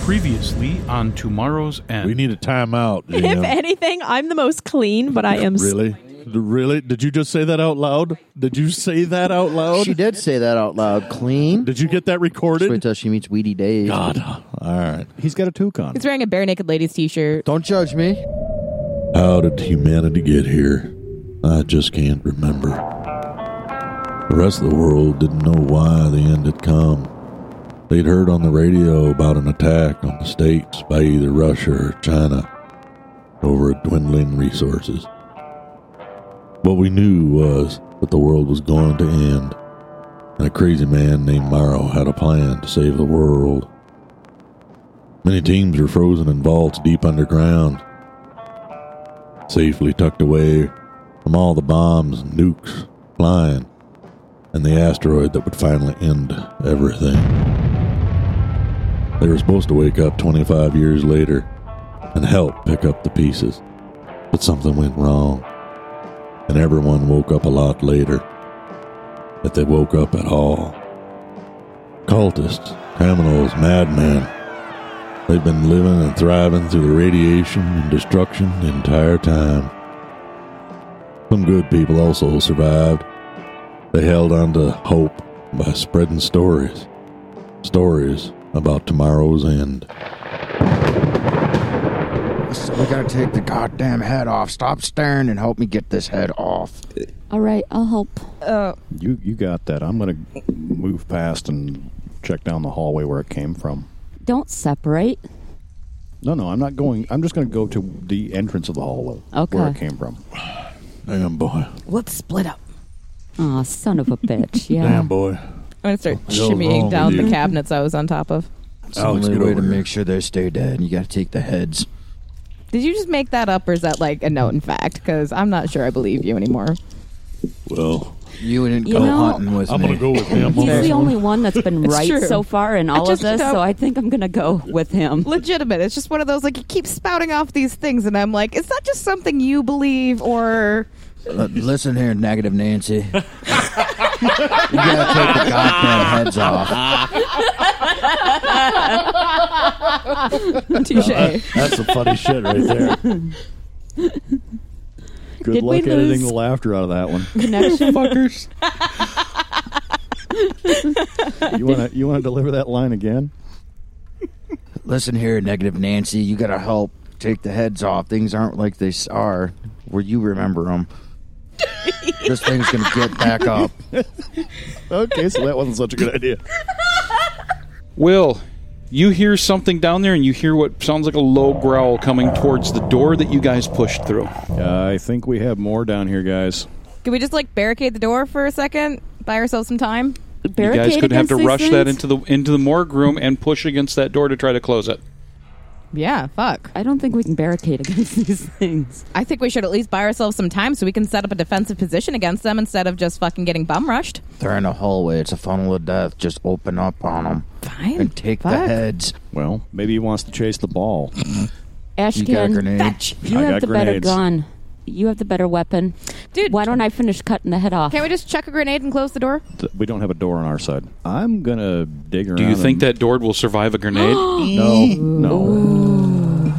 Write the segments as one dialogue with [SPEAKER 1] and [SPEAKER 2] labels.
[SPEAKER 1] Previously on Tomorrow's End.
[SPEAKER 2] We need a timeout.
[SPEAKER 3] If
[SPEAKER 2] GM.
[SPEAKER 3] anything, I'm the most clean, but I am. s-
[SPEAKER 2] really? Really? Did you just say that out loud? Did you say that out loud?
[SPEAKER 4] She did say that out loud. Clean.
[SPEAKER 2] Did you get that
[SPEAKER 4] Just wait
[SPEAKER 2] recorded?
[SPEAKER 4] till she meets Weedy Dave.
[SPEAKER 2] God. All right.
[SPEAKER 5] He's got a toucan.
[SPEAKER 6] He's wearing a bare naked ladies t-shirt.
[SPEAKER 4] Don't judge me.
[SPEAKER 2] How did humanity get here? I just can't remember. The rest of the world didn't know why the end had come. They'd heard on the radio about an attack on the states by either Russia or China over dwindling resources. What we knew was that the world was going to end, and a crazy man named Morrow had a plan to save the world. Many teams were frozen in vaults deep underground, safely tucked away from all the bombs and nukes flying and the asteroid that would finally end everything. They were supposed to wake up 25 years later and help pick up the pieces, but something went wrong, and everyone woke up a lot later. If they woke up at all. Cultists, criminals, madmen, They've been living and thriving through the radiation and destruction the entire time. Some good people also survived. They held on to hope by spreading stories. Stories about tomorrow's end.
[SPEAKER 4] So we gotta take the goddamn head off. Stop staring and help me get this head off.
[SPEAKER 7] All right, I'll help.
[SPEAKER 5] You you got that. I'm gonna move past and check down the hallway where it came from.
[SPEAKER 7] Don't separate.
[SPEAKER 5] No, no, I'm not going. I'm just gonna go to the entrance of the hallway where
[SPEAKER 7] Okay.
[SPEAKER 5] it came from.
[SPEAKER 2] Damn boy.
[SPEAKER 6] Let's split up.
[SPEAKER 7] Aw, son of a bitch. Yeah.
[SPEAKER 2] Damn boy.
[SPEAKER 6] I'm gonna start
[SPEAKER 2] What the hell's wrong
[SPEAKER 6] shimmying down
[SPEAKER 2] with
[SPEAKER 6] the
[SPEAKER 2] you?
[SPEAKER 6] cabinets I was on top of.
[SPEAKER 4] It's
[SPEAKER 2] Alex,
[SPEAKER 4] the only
[SPEAKER 2] get
[SPEAKER 4] way
[SPEAKER 2] over
[SPEAKER 4] to
[SPEAKER 2] here.
[SPEAKER 4] make sure they stay dead. You gotta take the heads.
[SPEAKER 6] Did you just make that up, or is that like a known fact? Because I'm not sure I believe you anymore.
[SPEAKER 2] Well,
[SPEAKER 4] You didn't
[SPEAKER 7] You
[SPEAKER 4] go
[SPEAKER 7] know,
[SPEAKER 4] hunting with
[SPEAKER 2] I'm
[SPEAKER 4] me.
[SPEAKER 2] going to go with him.
[SPEAKER 7] He's the only one that's been
[SPEAKER 6] It's
[SPEAKER 7] right
[SPEAKER 6] true.
[SPEAKER 7] so far in
[SPEAKER 6] I
[SPEAKER 7] all of
[SPEAKER 6] just
[SPEAKER 7] this,
[SPEAKER 6] don't-
[SPEAKER 7] so I think I'm gonna go with him.
[SPEAKER 6] Legitimate. It's just one of those like you keep spouting off these things, and I'm like, is that just something you believe, or
[SPEAKER 4] Uh, listen here, negative Nancy. you gotta take the goddamn heads off.
[SPEAKER 6] touche?
[SPEAKER 2] That's some funny shit right there.
[SPEAKER 5] Good
[SPEAKER 7] Did we
[SPEAKER 5] luck editing
[SPEAKER 7] lose-
[SPEAKER 5] the laughter out of that one.
[SPEAKER 7] Connection.
[SPEAKER 5] Fuckers. you wanna you wanna deliver that line again?
[SPEAKER 4] Listen here, negative Nancy. You gotta help take the heads off. Things aren't like they s- are where you remember them. this thing's gonna get back up.
[SPEAKER 5] Okay, so that wasn't such a good idea.
[SPEAKER 1] Will, you hear something down there and you hear what sounds like a low growl coming towards the door that you guys pushed through.
[SPEAKER 5] I think we have more down here, guys.
[SPEAKER 6] Can we just like barricade the door for a second, buy ourselves some time?
[SPEAKER 1] You guys
[SPEAKER 7] Barricade
[SPEAKER 1] could have
[SPEAKER 7] against
[SPEAKER 1] to
[SPEAKER 7] these
[SPEAKER 1] rush that
[SPEAKER 7] things?
[SPEAKER 1] into the into the morgue room and push against that door to try to close it.
[SPEAKER 6] Yeah, fuck.
[SPEAKER 7] I don't think we can barricade against these things.
[SPEAKER 6] I think we should at least buy ourselves some time so we can set up a defensive position against them instead of just fucking getting bum rushed.
[SPEAKER 4] They're in a hallway. It's a funnel of death. Just open up on them
[SPEAKER 6] Fine.
[SPEAKER 4] and take the
[SPEAKER 6] Fuck.
[SPEAKER 4] heads.
[SPEAKER 5] Well, maybe he wants to chase the ball.
[SPEAKER 4] You got a
[SPEAKER 7] Ashcan,
[SPEAKER 4] grenade.
[SPEAKER 7] you
[SPEAKER 5] I
[SPEAKER 7] have
[SPEAKER 5] got
[SPEAKER 7] the better
[SPEAKER 5] grenades.
[SPEAKER 7] gun. You have the better weapon.
[SPEAKER 6] Dude,
[SPEAKER 7] Why don't I finish cutting the head off?
[SPEAKER 6] can't we just chuck a grenade and close the door?
[SPEAKER 5] Th- We don't have a door on our side. I'm gonna dig around.
[SPEAKER 1] Do you think
[SPEAKER 5] and-
[SPEAKER 1] that door will survive a grenade?
[SPEAKER 5] No, no,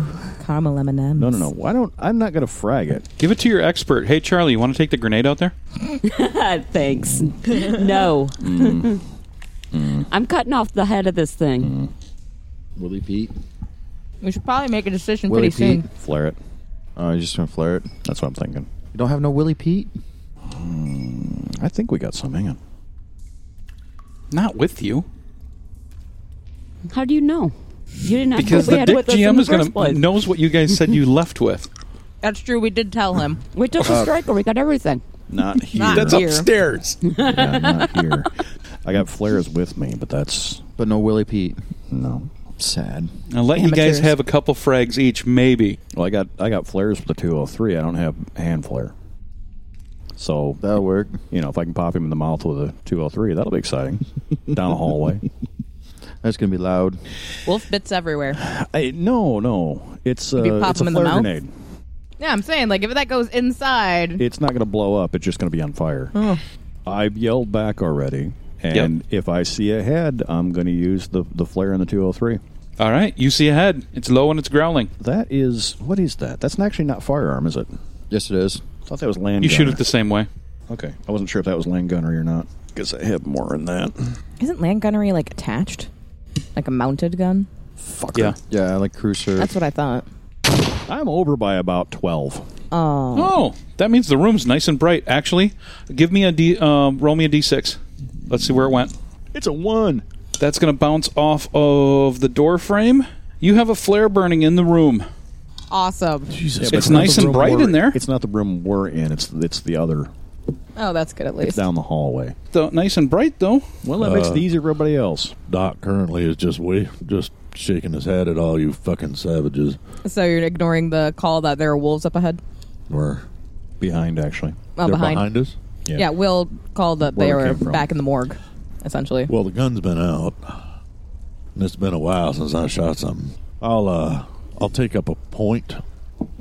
[SPEAKER 6] Caramel M&M's.
[SPEAKER 5] no, no, no. Why don't I'm not gonna frag it?
[SPEAKER 1] Give it to your expert. Hey, Charlie, you want to take the grenade out there?
[SPEAKER 7] Thanks. no.
[SPEAKER 1] Mm.
[SPEAKER 7] I'm cutting off the head of this thing.
[SPEAKER 4] Willie Pete.
[SPEAKER 6] We should probably make a decision
[SPEAKER 4] Willie
[SPEAKER 6] pretty soon.
[SPEAKER 4] Pete.
[SPEAKER 5] Flare it.
[SPEAKER 4] Oh, you just gonna flare it?
[SPEAKER 5] That's what I'm thinking.
[SPEAKER 4] You don't have no Willie Pete?
[SPEAKER 5] I think we got some. Hang on.
[SPEAKER 1] Not with you.
[SPEAKER 7] How do you know? You didn't have
[SPEAKER 1] Mm. Because
[SPEAKER 7] what we
[SPEAKER 1] the
[SPEAKER 7] had
[SPEAKER 1] dick
[SPEAKER 7] with us in
[SPEAKER 1] GM
[SPEAKER 7] the
[SPEAKER 1] is going
[SPEAKER 7] first
[SPEAKER 1] to
[SPEAKER 7] place.
[SPEAKER 1] knows what you guys said you left with.
[SPEAKER 6] That's true. We did tell him.
[SPEAKER 7] We took
[SPEAKER 1] Uh,
[SPEAKER 7] a striker. We got everything.
[SPEAKER 5] Not here.
[SPEAKER 6] Not That's here.
[SPEAKER 1] upstairs.
[SPEAKER 5] Yeah, not here. I got flares with me, but that's
[SPEAKER 4] But no Willie Pete.
[SPEAKER 5] no.
[SPEAKER 4] Sad.
[SPEAKER 1] I'll let you guys
[SPEAKER 6] Amateurs.
[SPEAKER 1] have a couple frags each, maybe.
[SPEAKER 5] Well, I got I got flares for the 203. I don't have hand flare. So
[SPEAKER 4] That'll work.
[SPEAKER 5] you know, if I can pop him in the mouth with a 203, that'll be exciting. Down the hallway.
[SPEAKER 4] That's gonna be loud.
[SPEAKER 6] Wolf bits everywhere.
[SPEAKER 5] I, no, no. It's uh,
[SPEAKER 6] If you pop
[SPEAKER 5] it's a
[SPEAKER 6] him in the
[SPEAKER 5] flare
[SPEAKER 6] mouth?
[SPEAKER 5] grenade.
[SPEAKER 6] Yeah, I'm saying, like, if that goes inside,
[SPEAKER 5] It's not going to blow up. It's just going to be on fire. I've yelled back already, and if I see a head, I'm going to use the oh the flare in the 203.
[SPEAKER 1] All right, you see ahead. It's low and it's growling.
[SPEAKER 5] That is what is that? That's actually not firearm, is it?
[SPEAKER 4] Yes, it is.
[SPEAKER 5] I thought that was land.
[SPEAKER 1] You shoot
[SPEAKER 5] gunner.
[SPEAKER 1] it the same way.
[SPEAKER 5] Okay, I wasn't sure if that was land gunnery or not. Because I have more than that.
[SPEAKER 8] Isn't land gunnery like attached? Like a mounted gun?
[SPEAKER 5] Fucker.
[SPEAKER 1] Yeah.
[SPEAKER 4] Yeah, I like Cruiser.
[SPEAKER 8] That's what I thought.
[SPEAKER 5] I'm over by about twelve.
[SPEAKER 8] Oh.
[SPEAKER 1] Oh, that means the room's nice and bright. Actually, give me a d. Um, roll me a d6. Let's see where it went.
[SPEAKER 5] It's a one.
[SPEAKER 1] That's going to bounce off of the door frame. You have a flare burning in the room.
[SPEAKER 6] Awesome.
[SPEAKER 2] Jesus.
[SPEAKER 5] but
[SPEAKER 1] It's
[SPEAKER 5] not
[SPEAKER 1] nice
[SPEAKER 5] the
[SPEAKER 1] and
[SPEAKER 5] room
[SPEAKER 1] bright
[SPEAKER 5] we're-
[SPEAKER 1] in there.
[SPEAKER 5] It's not the room we're in. It's it's the other.
[SPEAKER 8] Oh, that's good at
[SPEAKER 5] It's
[SPEAKER 8] least.
[SPEAKER 5] down the hallway.
[SPEAKER 1] Though nice and bright though.
[SPEAKER 5] Well, that
[SPEAKER 1] Uh.
[SPEAKER 5] makes it easier for everybody else.
[SPEAKER 2] Doc currently is just way just shaking his head at all you fucking savages.
[SPEAKER 6] So you're ignoring the call that there are wolves up ahead?
[SPEAKER 2] Or
[SPEAKER 5] Behind, actually.
[SPEAKER 6] Oh,
[SPEAKER 2] they're
[SPEAKER 6] behind.
[SPEAKER 2] behind us.
[SPEAKER 6] Yeah. Will called that they
[SPEAKER 5] Where we
[SPEAKER 6] were
[SPEAKER 5] came from.
[SPEAKER 6] back in the morgue, essentially.
[SPEAKER 2] Well, the gun's been out, and it's been a while since I shot something. I'll uh, I'll take up a point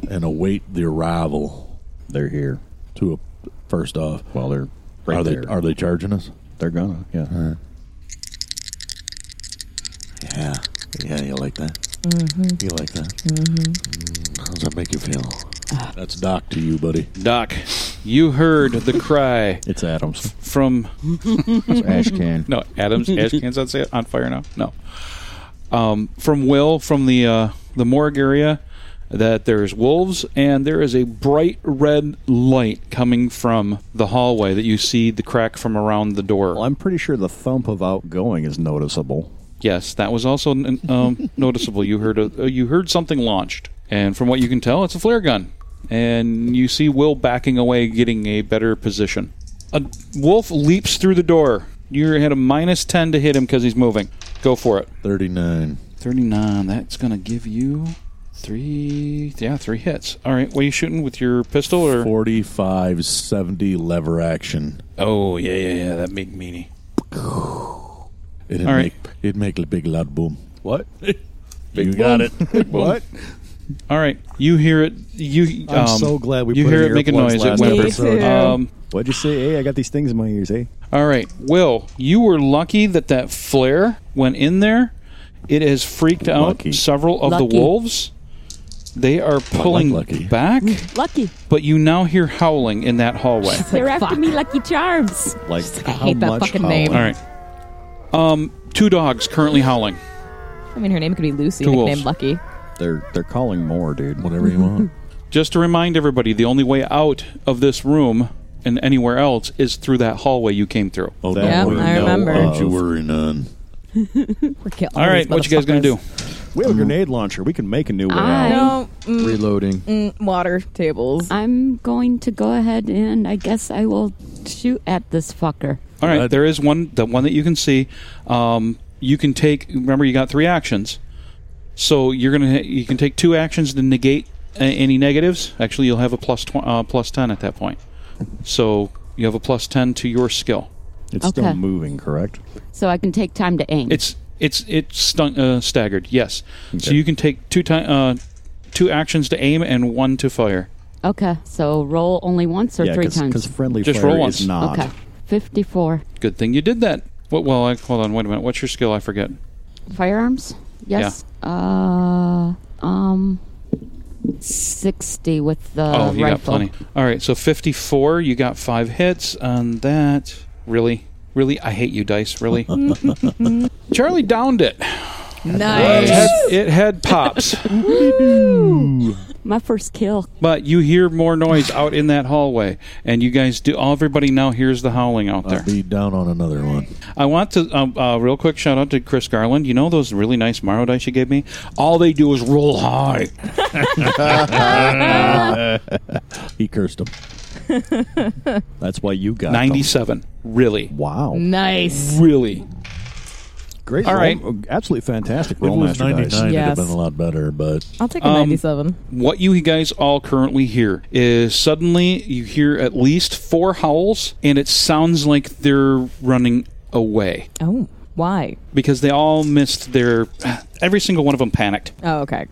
[SPEAKER 2] and await the arrival
[SPEAKER 5] They're here.
[SPEAKER 2] to a first off.
[SPEAKER 5] Well, they're right
[SPEAKER 2] are they
[SPEAKER 5] there.
[SPEAKER 2] are they charging us?
[SPEAKER 5] they're gonna? Yeah.
[SPEAKER 2] Yeah, yeah, you like that?
[SPEAKER 5] Mm-hmm.
[SPEAKER 2] You like that? How does that make you feel? That's Doc to you, buddy.
[SPEAKER 1] Doc, you heard the cry
[SPEAKER 5] It's Adams.
[SPEAKER 1] from
[SPEAKER 4] It's ash can.
[SPEAKER 1] no Adams ash cans on sa- on fire now. No, um, from Will from the uh, the morgue area that there's wolves and there is a bright red light coming from the hallway that you see the crack from around the door.
[SPEAKER 5] Well, I'm pretty sure the thump of outgoing is noticeable.
[SPEAKER 1] Yes, that was also n- um, noticeable. You heard a, uh, you heard something launched, and from what you can tell, it's a flare gun. And you see Will backing away, getting a better position. A wolf leaps through the door. You had a minus ten to hit him because he's moving. Go for it.
[SPEAKER 2] Thirty nine.
[SPEAKER 1] Thirty-nine. That's gonna give you three. Yeah, three hits. All right. What are you shooting with your pistol or?
[SPEAKER 2] 45 70 lever action.
[SPEAKER 1] Oh yeah, yeah, yeah. That big meanie.
[SPEAKER 2] It'd
[SPEAKER 1] All right.
[SPEAKER 2] make it'd make a big loud boom.
[SPEAKER 5] What?
[SPEAKER 2] you got it.
[SPEAKER 5] what?
[SPEAKER 1] All right. You hear it. You.
[SPEAKER 5] I'm
[SPEAKER 1] um,
[SPEAKER 5] so glad we
[SPEAKER 1] you
[SPEAKER 5] put
[SPEAKER 1] hear
[SPEAKER 5] in
[SPEAKER 1] it make a
[SPEAKER 5] earplugs
[SPEAKER 1] noise.
[SPEAKER 5] last
[SPEAKER 1] It went.
[SPEAKER 5] episode.
[SPEAKER 1] Um,
[SPEAKER 5] What'd you say? Hey, I got these things in my ears. Hey,
[SPEAKER 1] All right, Will, you were lucky that that flare went in there. It has freaked out
[SPEAKER 5] Lucky.
[SPEAKER 1] several of the
[SPEAKER 7] Lucky.
[SPEAKER 1] wolves. They are pulling
[SPEAKER 2] lucky.
[SPEAKER 1] back,
[SPEAKER 7] Lucky.
[SPEAKER 1] but you now hear howling in that hallway.
[SPEAKER 7] They're after me, Lucky Charms.
[SPEAKER 5] like how
[SPEAKER 6] hate that
[SPEAKER 5] much
[SPEAKER 6] fucking
[SPEAKER 5] howling?
[SPEAKER 6] name.
[SPEAKER 1] All right. Um, two dogs currently howling.
[SPEAKER 6] I mean, her name could be Lucy,
[SPEAKER 1] Two wolves.
[SPEAKER 6] nicknamed Lucky.
[SPEAKER 5] They're they're calling more, dude.
[SPEAKER 2] Whatever you want.
[SPEAKER 1] Just to remind everybody, the only way out of this room and anywhere else is through that hallway you came through.
[SPEAKER 2] Oh, don't
[SPEAKER 5] Yeah,
[SPEAKER 2] worry,
[SPEAKER 5] I
[SPEAKER 2] no,
[SPEAKER 5] remember.
[SPEAKER 2] Don't you worry none.
[SPEAKER 6] We're killing
[SPEAKER 1] All right, what you guys going to do?
[SPEAKER 5] We have a grenade launcher. We can make a new one.
[SPEAKER 7] I-
[SPEAKER 5] out.
[SPEAKER 6] No, mm,
[SPEAKER 4] Reloading.
[SPEAKER 6] mm, water tables.
[SPEAKER 7] I'm going to go ahead and I guess I will shoot at this fucker.
[SPEAKER 1] All right,
[SPEAKER 2] Right.
[SPEAKER 1] there is one, the one that you can see. Um, you can take. Remember, you got three actions, so you're gonna. You can take two actions to negate a- any negatives. Actually, you'll have a plus tw- uh, plus ten at that point. So you have a plus ten to your skill.
[SPEAKER 5] It's still
[SPEAKER 7] Okay.
[SPEAKER 5] moving, correct?
[SPEAKER 7] So I can take time to aim.
[SPEAKER 1] It's it's it's stun- uh, staggered. Yes, so you can take two time uh, two actions to aim and one to fire.
[SPEAKER 7] okay. So roll only once or
[SPEAKER 5] yeah,
[SPEAKER 7] three
[SPEAKER 5] because
[SPEAKER 7] times.
[SPEAKER 5] friendly
[SPEAKER 1] Just
[SPEAKER 5] fire
[SPEAKER 1] roll
[SPEAKER 5] is
[SPEAKER 1] once.
[SPEAKER 5] not.
[SPEAKER 7] Okay. 54.
[SPEAKER 1] Good thing you did that. What, well, I, hold on. Wait a minute. What's your skill? I forget.
[SPEAKER 7] Firearms? Yes. Uh um 60 with the
[SPEAKER 1] Oh, you got
[SPEAKER 7] Uh, rifle.
[SPEAKER 1] plenty. All right, so 54. You got five hits on that. Really? Really? I hate you, Dice. Really? Charlie downed it. It
[SPEAKER 6] Nice.
[SPEAKER 1] had, it had pops.
[SPEAKER 7] My first kill.
[SPEAKER 1] but you hear more noise out in that hallway, and you guys do. all Everybody now hears the howling out there.
[SPEAKER 2] I'll be down on another one.
[SPEAKER 1] I want to, um, uh, real quick, shout out to Chris Garland. You know those really nice Morrow dice you gave me? All they do is roll high.
[SPEAKER 2] He cursed him.
[SPEAKER 5] That's why you got them.
[SPEAKER 1] 97. Really?
[SPEAKER 5] Wow.
[SPEAKER 6] nice.
[SPEAKER 1] Really?
[SPEAKER 5] Great.
[SPEAKER 1] All
[SPEAKER 5] roll-
[SPEAKER 1] right.
[SPEAKER 5] Absolutely fantastic.
[SPEAKER 2] It
[SPEAKER 5] Roll
[SPEAKER 2] was
[SPEAKER 5] master
[SPEAKER 2] 99.
[SPEAKER 5] dice.
[SPEAKER 2] It'd have
[SPEAKER 6] Yes.
[SPEAKER 2] been a lot better, but
[SPEAKER 6] I'll take a
[SPEAKER 1] Um,
[SPEAKER 6] 97.
[SPEAKER 1] What you guys all currently hear is suddenly you hear at least four howls, and it sounds like they're running away
[SPEAKER 6] Oh, why?
[SPEAKER 1] because they all missed their. Every single one of them panicked.
[SPEAKER 6] Oh, okay.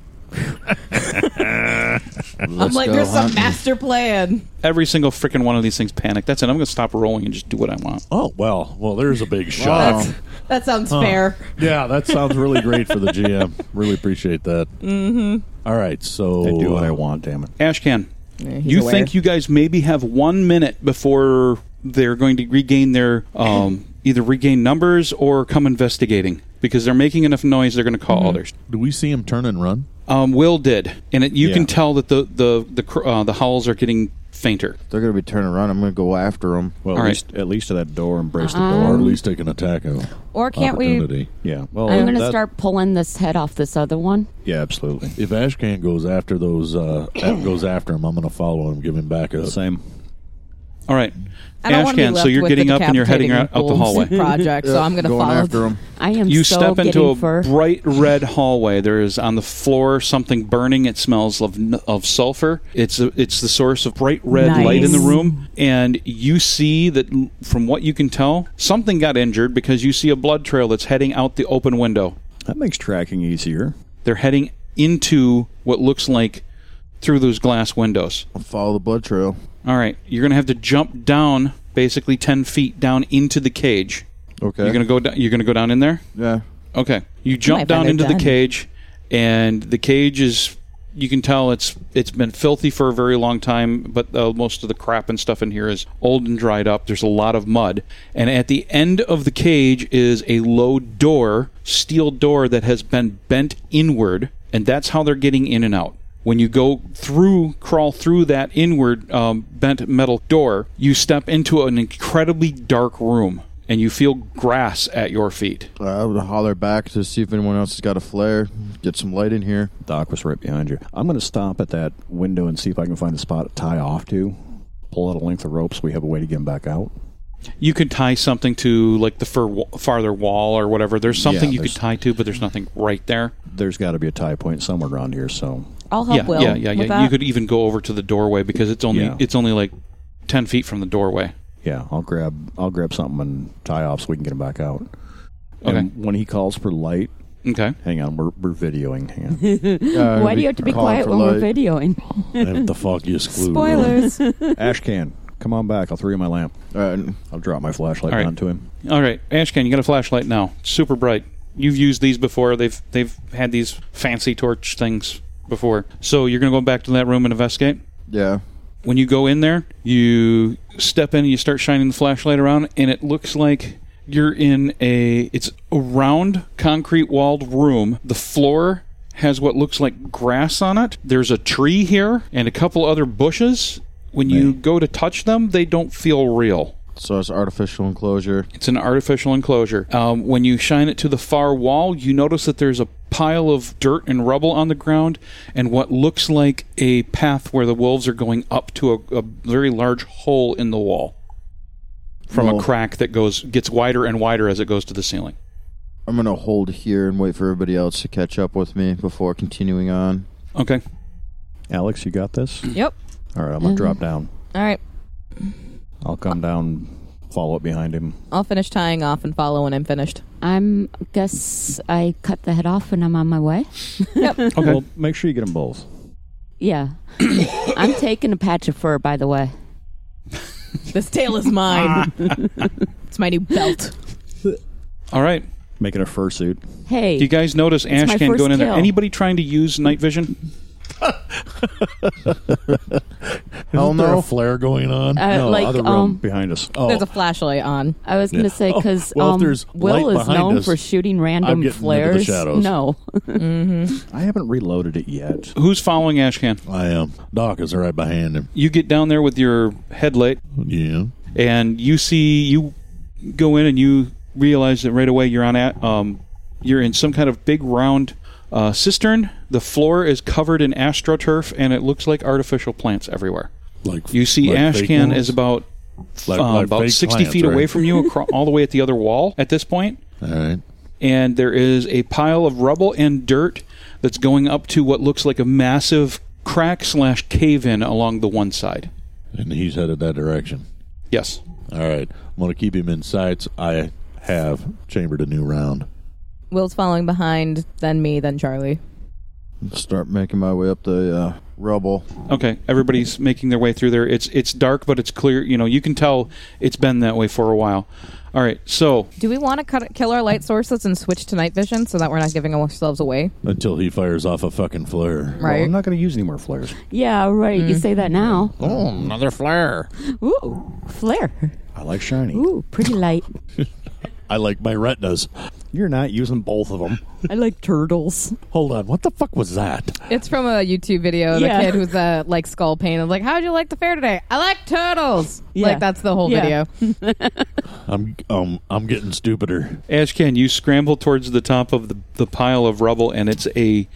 [SPEAKER 4] Let's
[SPEAKER 6] I'm like,
[SPEAKER 4] go
[SPEAKER 6] there's some
[SPEAKER 4] hunting.
[SPEAKER 6] master plan.
[SPEAKER 1] Every single freaking one of these things panic. That's it. I'm going to stop rolling and just do what I want.
[SPEAKER 2] Oh well, well there's a big shot.
[SPEAKER 6] That's, that sounds fair.
[SPEAKER 2] yeah, that sounds really great for the GM. Really appreciate that. Mm-hmm. right, so
[SPEAKER 5] I do what I
[SPEAKER 2] uh,
[SPEAKER 5] want. Damn it.
[SPEAKER 1] Ashcan,
[SPEAKER 8] he's
[SPEAKER 1] you
[SPEAKER 8] aware.
[SPEAKER 1] think you guys maybe have one minute before they're going to regain their um, either regain numbers or come investigating because they're making enough noise. They're going to call others.
[SPEAKER 2] Do we see him turn and run?
[SPEAKER 1] Um, Will did, and it, you
[SPEAKER 2] Yeah.
[SPEAKER 1] can tell that the the the cr- uh, the howls are getting fainter.
[SPEAKER 4] They're going to be turning around. I'm going to go after them.
[SPEAKER 5] Well,
[SPEAKER 1] All
[SPEAKER 5] at
[SPEAKER 1] right.
[SPEAKER 5] least at least to that door, embrace the
[SPEAKER 2] Or
[SPEAKER 5] door.
[SPEAKER 2] at least take an attack of
[SPEAKER 1] Oh,
[SPEAKER 7] Or can't we?
[SPEAKER 2] opportunity.
[SPEAKER 5] Yeah. Well,
[SPEAKER 7] Um, I'm going to
[SPEAKER 5] that-
[SPEAKER 7] start pulling this head off this other one.
[SPEAKER 5] Yeah, absolutely.
[SPEAKER 2] If Ashcan goes after those, uh, a- goes after him, I'm going to follow him, give him back up.
[SPEAKER 5] Same.
[SPEAKER 1] All right,
[SPEAKER 6] I don't wanna be
[SPEAKER 1] Ashcan, so
[SPEAKER 6] left
[SPEAKER 1] you're
[SPEAKER 6] with the
[SPEAKER 1] getting up and you're heading out,
[SPEAKER 6] decapitating
[SPEAKER 1] out the
[SPEAKER 6] wolves
[SPEAKER 1] hallway.
[SPEAKER 6] Project, so I'm going to
[SPEAKER 4] going
[SPEAKER 6] follow.
[SPEAKER 4] after them.
[SPEAKER 7] I am
[SPEAKER 1] You
[SPEAKER 7] so
[SPEAKER 1] step into
[SPEAKER 7] getting
[SPEAKER 1] a
[SPEAKER 7] fur.
[SPEAKER 1] bright red hallway. There is on the floor something burning. It smells of of sulfur. It's a, it's the source of bright red light in the
[SPEAKER 7] Nice.
[SPEAKER 1] room, and you see that from what you can tell, something got injured because you see a blood trail that's heading out the open window.
[SPEAKER 5] That makes tracking easier.
[SPEAKER 1] They're heading into what looks like through those glass windows.
[SPEAKER 4] Follow the blood trail.
[SPEAKER 1] All right, you're gonna have to jump down basically ten feet down into the cage.
[SPEAKER 4] Okay.
[SPEAKER 1] You're gonna go down. You're gonna go down in there.
[SPEAKER 4] yeah.
[SPEAKER 1] Okay. You
[SPEAKER 8] might
[SPEAKER 1] jump
[SPEAKER 8] find
[SPEAKER 1] down
[SPEAKER 8] they're
[SPEAKER 1] into
[SPEAKER 8] done.
[SPEAKER 1] the cage and the cage is you can tell it's it's been filthy for a very long time, but uh, most of the crap and stuff in here is old and dried up. There's a lot of mud. And at the end of the cage is a low door, steel door that has been bent inward, and that's how they're getting in and out. When you go through, crawl through that inward um, bent metal door, you step into an incredibly dark room, and you feel grass at your feet.
[SPEAKER 4] Uh, I would holler back to see if anyone else has got a flare. Get some light in here.
[SPEAKER 5] Doc was right behind you. I'm going to stop at that window and see if I can find a spot to tie off to. Pull out a length of rope so we have a way to get him back out.
[SPEAKER 1] you could tie something to like the fur farther wall or whatever. There's something
[SPEAKER 5] Yeah,
[SPEAKER 1] you could
[SPEAKER 5] there's-
[SPEAKER 1] tie to, but there's nothing right there.
[SPEAKER 5] There's got to be a tie point somewhere around here. So
[SPEAKER 8] I'll help
[SPEAKER 1] yeah,
[SPEAKER 8] Will.
[SPEAKER 1] yeah, yeah, yeah.
[SPEAKER 8] with that.
[SPEAKER 1] You could even go over to the doorway because it's only
[SPEAKER 5] Yeah.
[SPEAKER 1] it's only like ten feet from the doorway.
[SPEAKER 5] yeah, I'll grab I'll grab something and tie off so we can get him back out.
[SPEAKER 1] Okay.
[SPEAKER 5] And when he calls for light,
[SPEAKER 1] Okay.
[SPEAKER 5] hang on, we're, we're videoing. Hang
[SPEAKER 4] Yeah,
[SPEAKER 7] Why
[SPEAKER 4] we
[SPEAKER 7] do you have to be
[SPEAKER 4] calling
[SPEAKER 7] quiet
[SPEAKER 4] for
[SPEAKER 7] when we're
[SPEAKER 4] light.
[SPEAKER 7] videoing?
[SPEAKER 2] Have the foggiest clue.
[SPEAKER 3] Spoilers.
[SPEAKER 5] on, Ashcan, come on back. I'll throw you my lamp.
[SPEAKER 4] All right.
[SPEAKER 5] I'll drop my flashlight
[SPEAKER 1] All right.
[SPEAKER 5] onto him.
[SPEAKER 1] All right, Ashcan, you got a flashlight now. Super bright. You've used these before. They've they've had these fancy torch things before. So you're gonna go back to that room and investigate.
[SPEAKER 4] Yeah.
[SPEAKER 1] when you go in there, you step in and you start shining the flashlight around, and it looks like you're in a it's a round concrete walled room. The floor has what looks like grass on it. There's a tree here and a couple other bushes. When you go to touch them, they don't feel real.
[SPEAKER 4] So it's artificial enclosure.
[SPEAKER 1] It's an artificial enclosure. Um, when you shine it to the far wall, you notice that there's a pile of dirt and rubble on the ground, and what looks like a path where the wolves are going up to a, a very large hole in the wall from
[SPEAKER 4] Well-
[SPEAKER 1] a crack that goes gets wider and wider as it goes to the ceiling.
[SPEAKER 4] I'm gonna hold here and wait for everybody else to catch up with me before continuing on.
[SPEAKER 1] Okay,
[SPEAKER 5] Alex, you got this?
[SPEAKER 3] Yep.
[SPEAKER 5] All right, I'm going to drop down.
[SPEAKER 8] All right,
[SPEAKER 5] I'll come down, follow up behind him.
[SPEAKER 8] I'll finish tying off and follow when I'm finished.
[SPEAKER 7] I'm guess I cut the head off and I'm on my way.
[SPEAKER 1] okay.
[SPEAKER 5] Well, make sure you get them both.
[SPEAKER 7] Yeah, I'm taking a patch of fur. By the way,
[SPEAKER 3] This tail is mine. it's my new belt.
[SPEAKER 1] all right.
[SPEAKER 5] Make it a fursuit.
[SPEAKER 7] hey,
[SPEAKER 1] Do you guys notice
[SPEAKER 7] It's my
[SPEAKER 1] Ashcan going
[SPEAKER 7] first
[SPEAKER 1] in there?
[SPEAKER 7] kill.
[SPEAKER 1] Anybody trying to use night vision?
[SPEAKER 4] Hell
[SPEAKER 2] Isn't there
[SPEAKER 4] no.
[SPEAKER 2] a flare going on?
[SPEAKER 7] Uh,
[SPEAKER 5] no,
[SPEAKER 7] like,
[SPEAKER 5] other room
[SPEAKER 7] um,
[SPEAKER 5] behind us.
[SPEAKER 2] oh,
[SPEAKER 8] There's a flashlight on.
[SPEAKER 7] I was going
[SPEAKER 2] Yeah.
[SPEAKER 7] to say because
[SPEAKER 2] Oh, well, if
[SPEAKER 7] um,
[SPEAKER 2] there's
[SPEAKER 7] Will
[SPEAKER 2] light
[SPEAKER 7] is
[SPEAKER 2] behind
[SPEAKER 7] known
[SPEAKER 2] us,
[SPEAKER 7] for shooting
[SPEAKER 2] I'm
[SPEAKER 7] random
[SPEAKER 2] getting into the
[SPEAKER 7] flares.
[SPEAKER 2] shadows.
[SPEAKER 7] No,
[SPEAKER 5] I haven't reloaded it yet.
[SPEAKER 1] Who's following Ashcan?
[SPEAKER 2] I am. Doc is right behind him.
[SPEAKER 1] You get down there with your headlight.
[SPEAKER 2] Yeah.
[SPEAKER 1] and you see you go in and you realize that right away you're on at um, you're in some kind of big round uh, cistern. The floor is covered in astroturf, and it looks like artificial plants everywhere.
[SPEAKER 2] Like
[SPEAKER 1] You see
[SPEAKER 2] like fake
[SPEAKER 1] Ashcan
[SPEAKER 2] ones?
[SPEAKER 1] is about
[SPEAKER 2] Like-
[SPEAKER 1] um,
[SPEAKER 2] like
[SPEAKER 1] about
[SPEAKER 2] fake
[SPEAKER 1] sixty
[SPEAKER 2] plants,
[SPEAKER 1] feet away
[SPEAKER 2] right?
[SPEAKER 1] from you, across, all the way at the other wall at this point,
[SPEAKER 2] All right.
[SPEAKER 1] and there is a pile of rubble and dirt that's going up to what looks like a massive crack slash cave in along the one side.
[SPEAKER 2] And he's headed that direction.
[SPEAKER 1] Yes.
[SPEAKER 2] All right. I'm going to keep him in sights. I have chambered a new round.
[SPEAKER 8] Will's following behind, then me, then Charlie.
[SPEAKER 4] Start making my way up the uh, rubble.
[SPEAKER 1] Okay, everybody's making their way through there. It's it's dark, but it's clear. You know, you can tell it's been that way for a while. All right, so
[SPEAKER 6] Do we want to cut, kill our light sources and switch to night vision so that we're not giving ourselves away?
[SPEAKER 2] Until he fires off a fucking flare.
[SPEAKER 5] Well,
[SPEAKER 6] Right.
[SPEAKER 5] I'm not going to use any more flares.
[SPEAKER 7] Yeah, right. You say that now.
[SPEAKER 2] Oh, another flare.
[SPEAKER 7] Ooh, flare.
[SPEAKER 5] I like shiny.
[SPEAKER 7] Ooh, pretty light.
[SPEAKER 2] I like my retinas.
[SPEAKER 5] You're not using both of them.
[SPEAKER 7] I like turtles.
[SPEAKER 2] Hold on, what the fuck was that?
[SPEAKER 6] It's from a YouTube video. The
[SPEAKER 7] Yeah.
[SPEAKER 6] kid who's uh, like skull pain is like, "How'd you like the fair today? I like turtles."
[SPEAKER 7] Yeah.
[SPEAKER 6] Like that's the whole
[SPEAKER 7] Yeah.
[SPEAKER 6] video.
[SPEAKER 2] I'm um I'm getting stupider.
[SPEAKER 1] Ashcan, you scramble towards the top of the, the pile of rubble, and it's a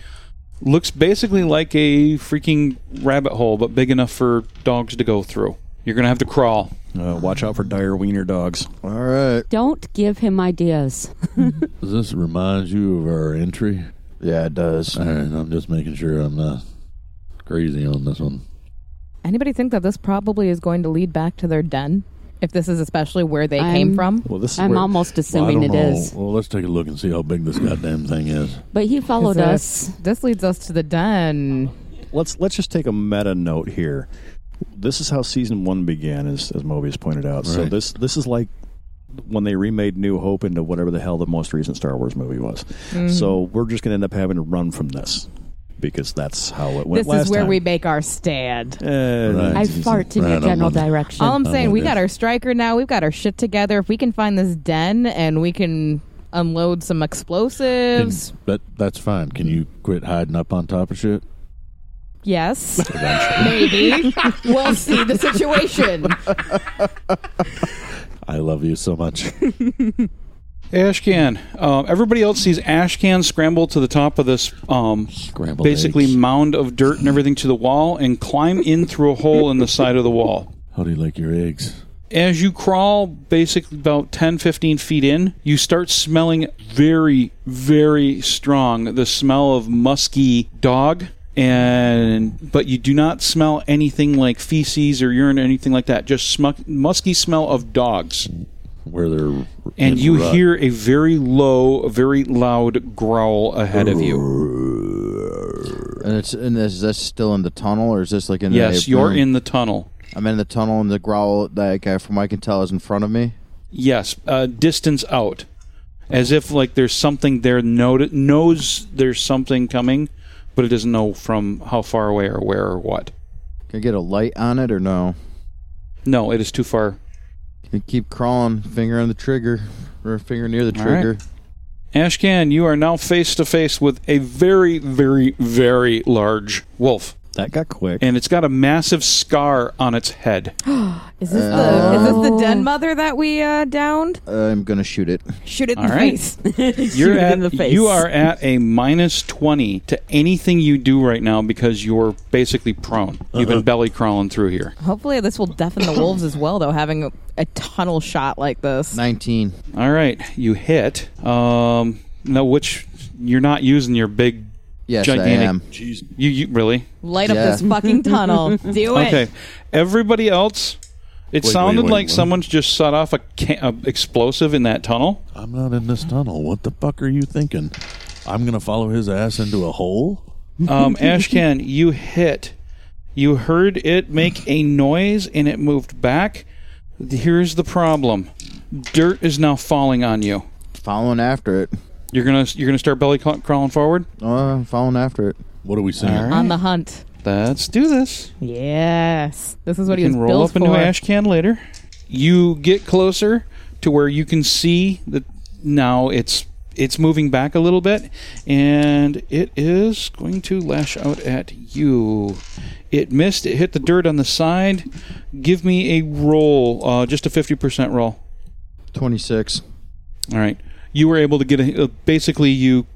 [SPEAKER 1] looks basically like a freaking rabbit hole, but big enough for dogs to go through. You're gonna have to crawl.
[SPEAKER 5] Uh, watch out for dire wiener dogs.
[SPEAKER 4] All right.
[SPEAKER 7] Don't give him ideas.
[SPEAKER 2] Does this remind you of our entry?
[SPEAKER 4] Yeah, it does.
[SPEAKER 2] All right, I'm just making sure I'm not crazy on this one.
[SPEAKER 6] Anybody think that this probably is going to lead back to their den? If this is especially where they came
[SPEAKER 7] I'm-
[SPEAKER 6] from,
[SPEAKER 5] Well, this is
[SPEAKER 7] I'm
[SPEAKER 5] where
[SPEAKER 7] almost
[SPEAKER 2] Well, I
[SPEAKER 7] assuming it
[SPEAKER 2] don't
[SPEAKER 7] is.
[SPEAKER 2] know. Well, let's take a look and see how big this goddamn thing is.
[SPEAKER 7] But he followed us.
[SPEAKER 6] This leads us to the den.
[SPEAKER 5] let's let's just take a meta note here. This is how season one began, as as Mobius pointed out. So
[SPEAKER 2] Right.
[SPEAKER 5] this this is like when they remade New Hope into whatever the hell the most recent Star Wars movie was.
[SPEAKER 3] Mm-hmm.
[SPEAKER 5] So we're just going to end up having to run from this because that's how it went
[SPEAKER 6] this
[SPEAKER 5] last
[SPEAKER 6] is where
[SPEAKER 5] time.
[SPEAKER 6] we make our stand.
[SPEAKER 5] Eh,
[SPEAKER 2] Right.
[SPEAKER 7] I fart in
[SPEAKER 2] Right,
[SPEAKER 7] your
[SPEAKER 2] I'm
[SPEAKER 7] general
[SPEAKER 2] on the-
[SPEAKER 7] direction.
[SPEAKER 6] All I'm
[SPEAKER 5] Oh,
[SPEAKER 6] saying, we
[SPEAKER 2] okay.
[SPEAKER 6] got our striker now. We've got our shit together. If we can find this den and we can unload some
[SPEAKER 2] Can-
[SPEAKER 6] explosives,
[SPEAKER 2] that that's fine. Can you quit hiding up on top of shit?
[SPEAKER 6] yes, maybe we'll see the situation.
[SPEAKER 2] I love you so much.
[SPEAKER 1] Ashcan, uh, everybody else sees Ashcan scramble to the top of this um,
[SPEAKER 2] Scrambled
[SPEAKER 1] basically
[SPEAKER 2] eggs.
[SPEAKER 1] mound of dirt and everything to the wall, and climb in through a hole in the side of the wall.
[SPEAKER 2] How do you like your eggs?
[SPEAKER 1] as you crawl basically about 10 15 feet in you start smelling very very strong the smell of musky dog and but you do not smell anything like feces or urine or anything like that just smuck, musky smell of dogs
[SPEAKER 2] Where they're in
[SPEAKER 1] and you
[SPEAKER 2] rut.
[SPEAKER 1] hear a very low very loud growl ahead of you
[SPEAKER 4] And it's and is this still in the tunnel or is this like in the
[SPEAKER 1] yes you're
[SPEAKER 4] room?
[SPEAKER 1] in the tunnel
[SPEAKER 4] I'm in the tunnel and the growl like uh, from what I can tell is in front of me.
[SPEAKER 1] Yes, uh, distance out, as if like there's something there. Noti- knows there's something coming, but it doesn't know from how far away or where or what.
[SPEAKER 4] Can I get a light on it or no?
[SPEAKER 1] No, it is too far.
[SPEAKER 4] You keep crawling, finger on the trigger or finger near the
[SPEAKER 1] All right.
[SPEAKER 4] trigger.
[SPEAKER 1] Ashcan, you are now face to face with a very, very, very large wolf,
[SPEAKER 5] that got quick.
[SPEAKER 1] and it's got a massive scar on its head.
[SPEAKER 3] Is this
[SPEAKER 6] Uh,
[SPEAKER 3] the?
[SPEAKER 6] is this the
[SPEAKER 1] Oh.
[SPEAKER 6] den mother that we uh, downed?
[SPEAKER 4] I'm gonna shoot it.
[SPEAKER 3] Shoot it in
[SPEAKER 1] All
[SPEAKER 3] the
[SPEAKER 1] right.
[SPEAKER 3] face.
[SPEAKER 1] You're
[SPEAKER 7] Shoot it
[SPEAKER 1] at,
[SPEAKER 7] in the face.
[SPEAKER 1] You are at a minus twenty to anything you do right now because you're basically prone. You've been belly crawling through here.
[SPEAKER 6] Hopefully, this will deafen the wolves as well, though. Having a, a tunnel shot like this,
[SPEAKER 4] Nineteen.
[SPEAKER 1] All right, you hit. Um, no, which you're not using your big.
[SPEAKER 4] Yes, I
[SPEAKER 1] Gigantic.
[SPEAKER 4] am.
[SPEAKER 1] You, you really?
[SPEAKER 6] light
[SPEAKER 4] Yeah.
[SPEAKER 6] up this fucking tunnel. Do it.
[SPEAKER 1] Okay. Everybody else, it
[SPEAKER 2] Wait,
[SPEAKER 1] sounded
[SPEAKER 2] wait, wait,
[SPEAKER 1] like
[SPEAKER 2] what?
[SPEAKER 1] someone's just set off a, ca- a explosive in that tunnel.
[SPEAKER 2] I'm not in this tunnel. What the fuck are you thinking? I'm gonna follow his ass into a hole.
[SPEAKER 1] Um, Ashcan, you hit. You heard it make a noise and it moved back. Here's the problem: dirt is now falling on you.
[SPEAKER 4] Following after it.
[SPEAKER 1] You're gonna you're gonna start belly ca- crawling forward.
[SPEAKER 4] Uh, following after it.
[SPEAKER 2] What are we seeing?
[SPEAKER 6] On the hunt.
[SPEAKER 1] Let's do this.
[SPEAKER 6] Yes, this is what
[SPEAKER 1] you
[SPEAKER 6] he was
[SPEAKER 1] can roll
[SPEAKER 6] built
[SPEAKER 1] up into
[SPEAKER 6] for.
[SPEAKER 1] ash can later. You get closer to where you can see that now it's it's moving back a little bit, and it is going to lash out at you. It missed. It hit the dirt on the side. Give me a roll, uh, just a fifty percent roll.
[SPEAKER 4] Twenty six.
[SPEAKER 1] All right, you were able to get a. Uh, basically, you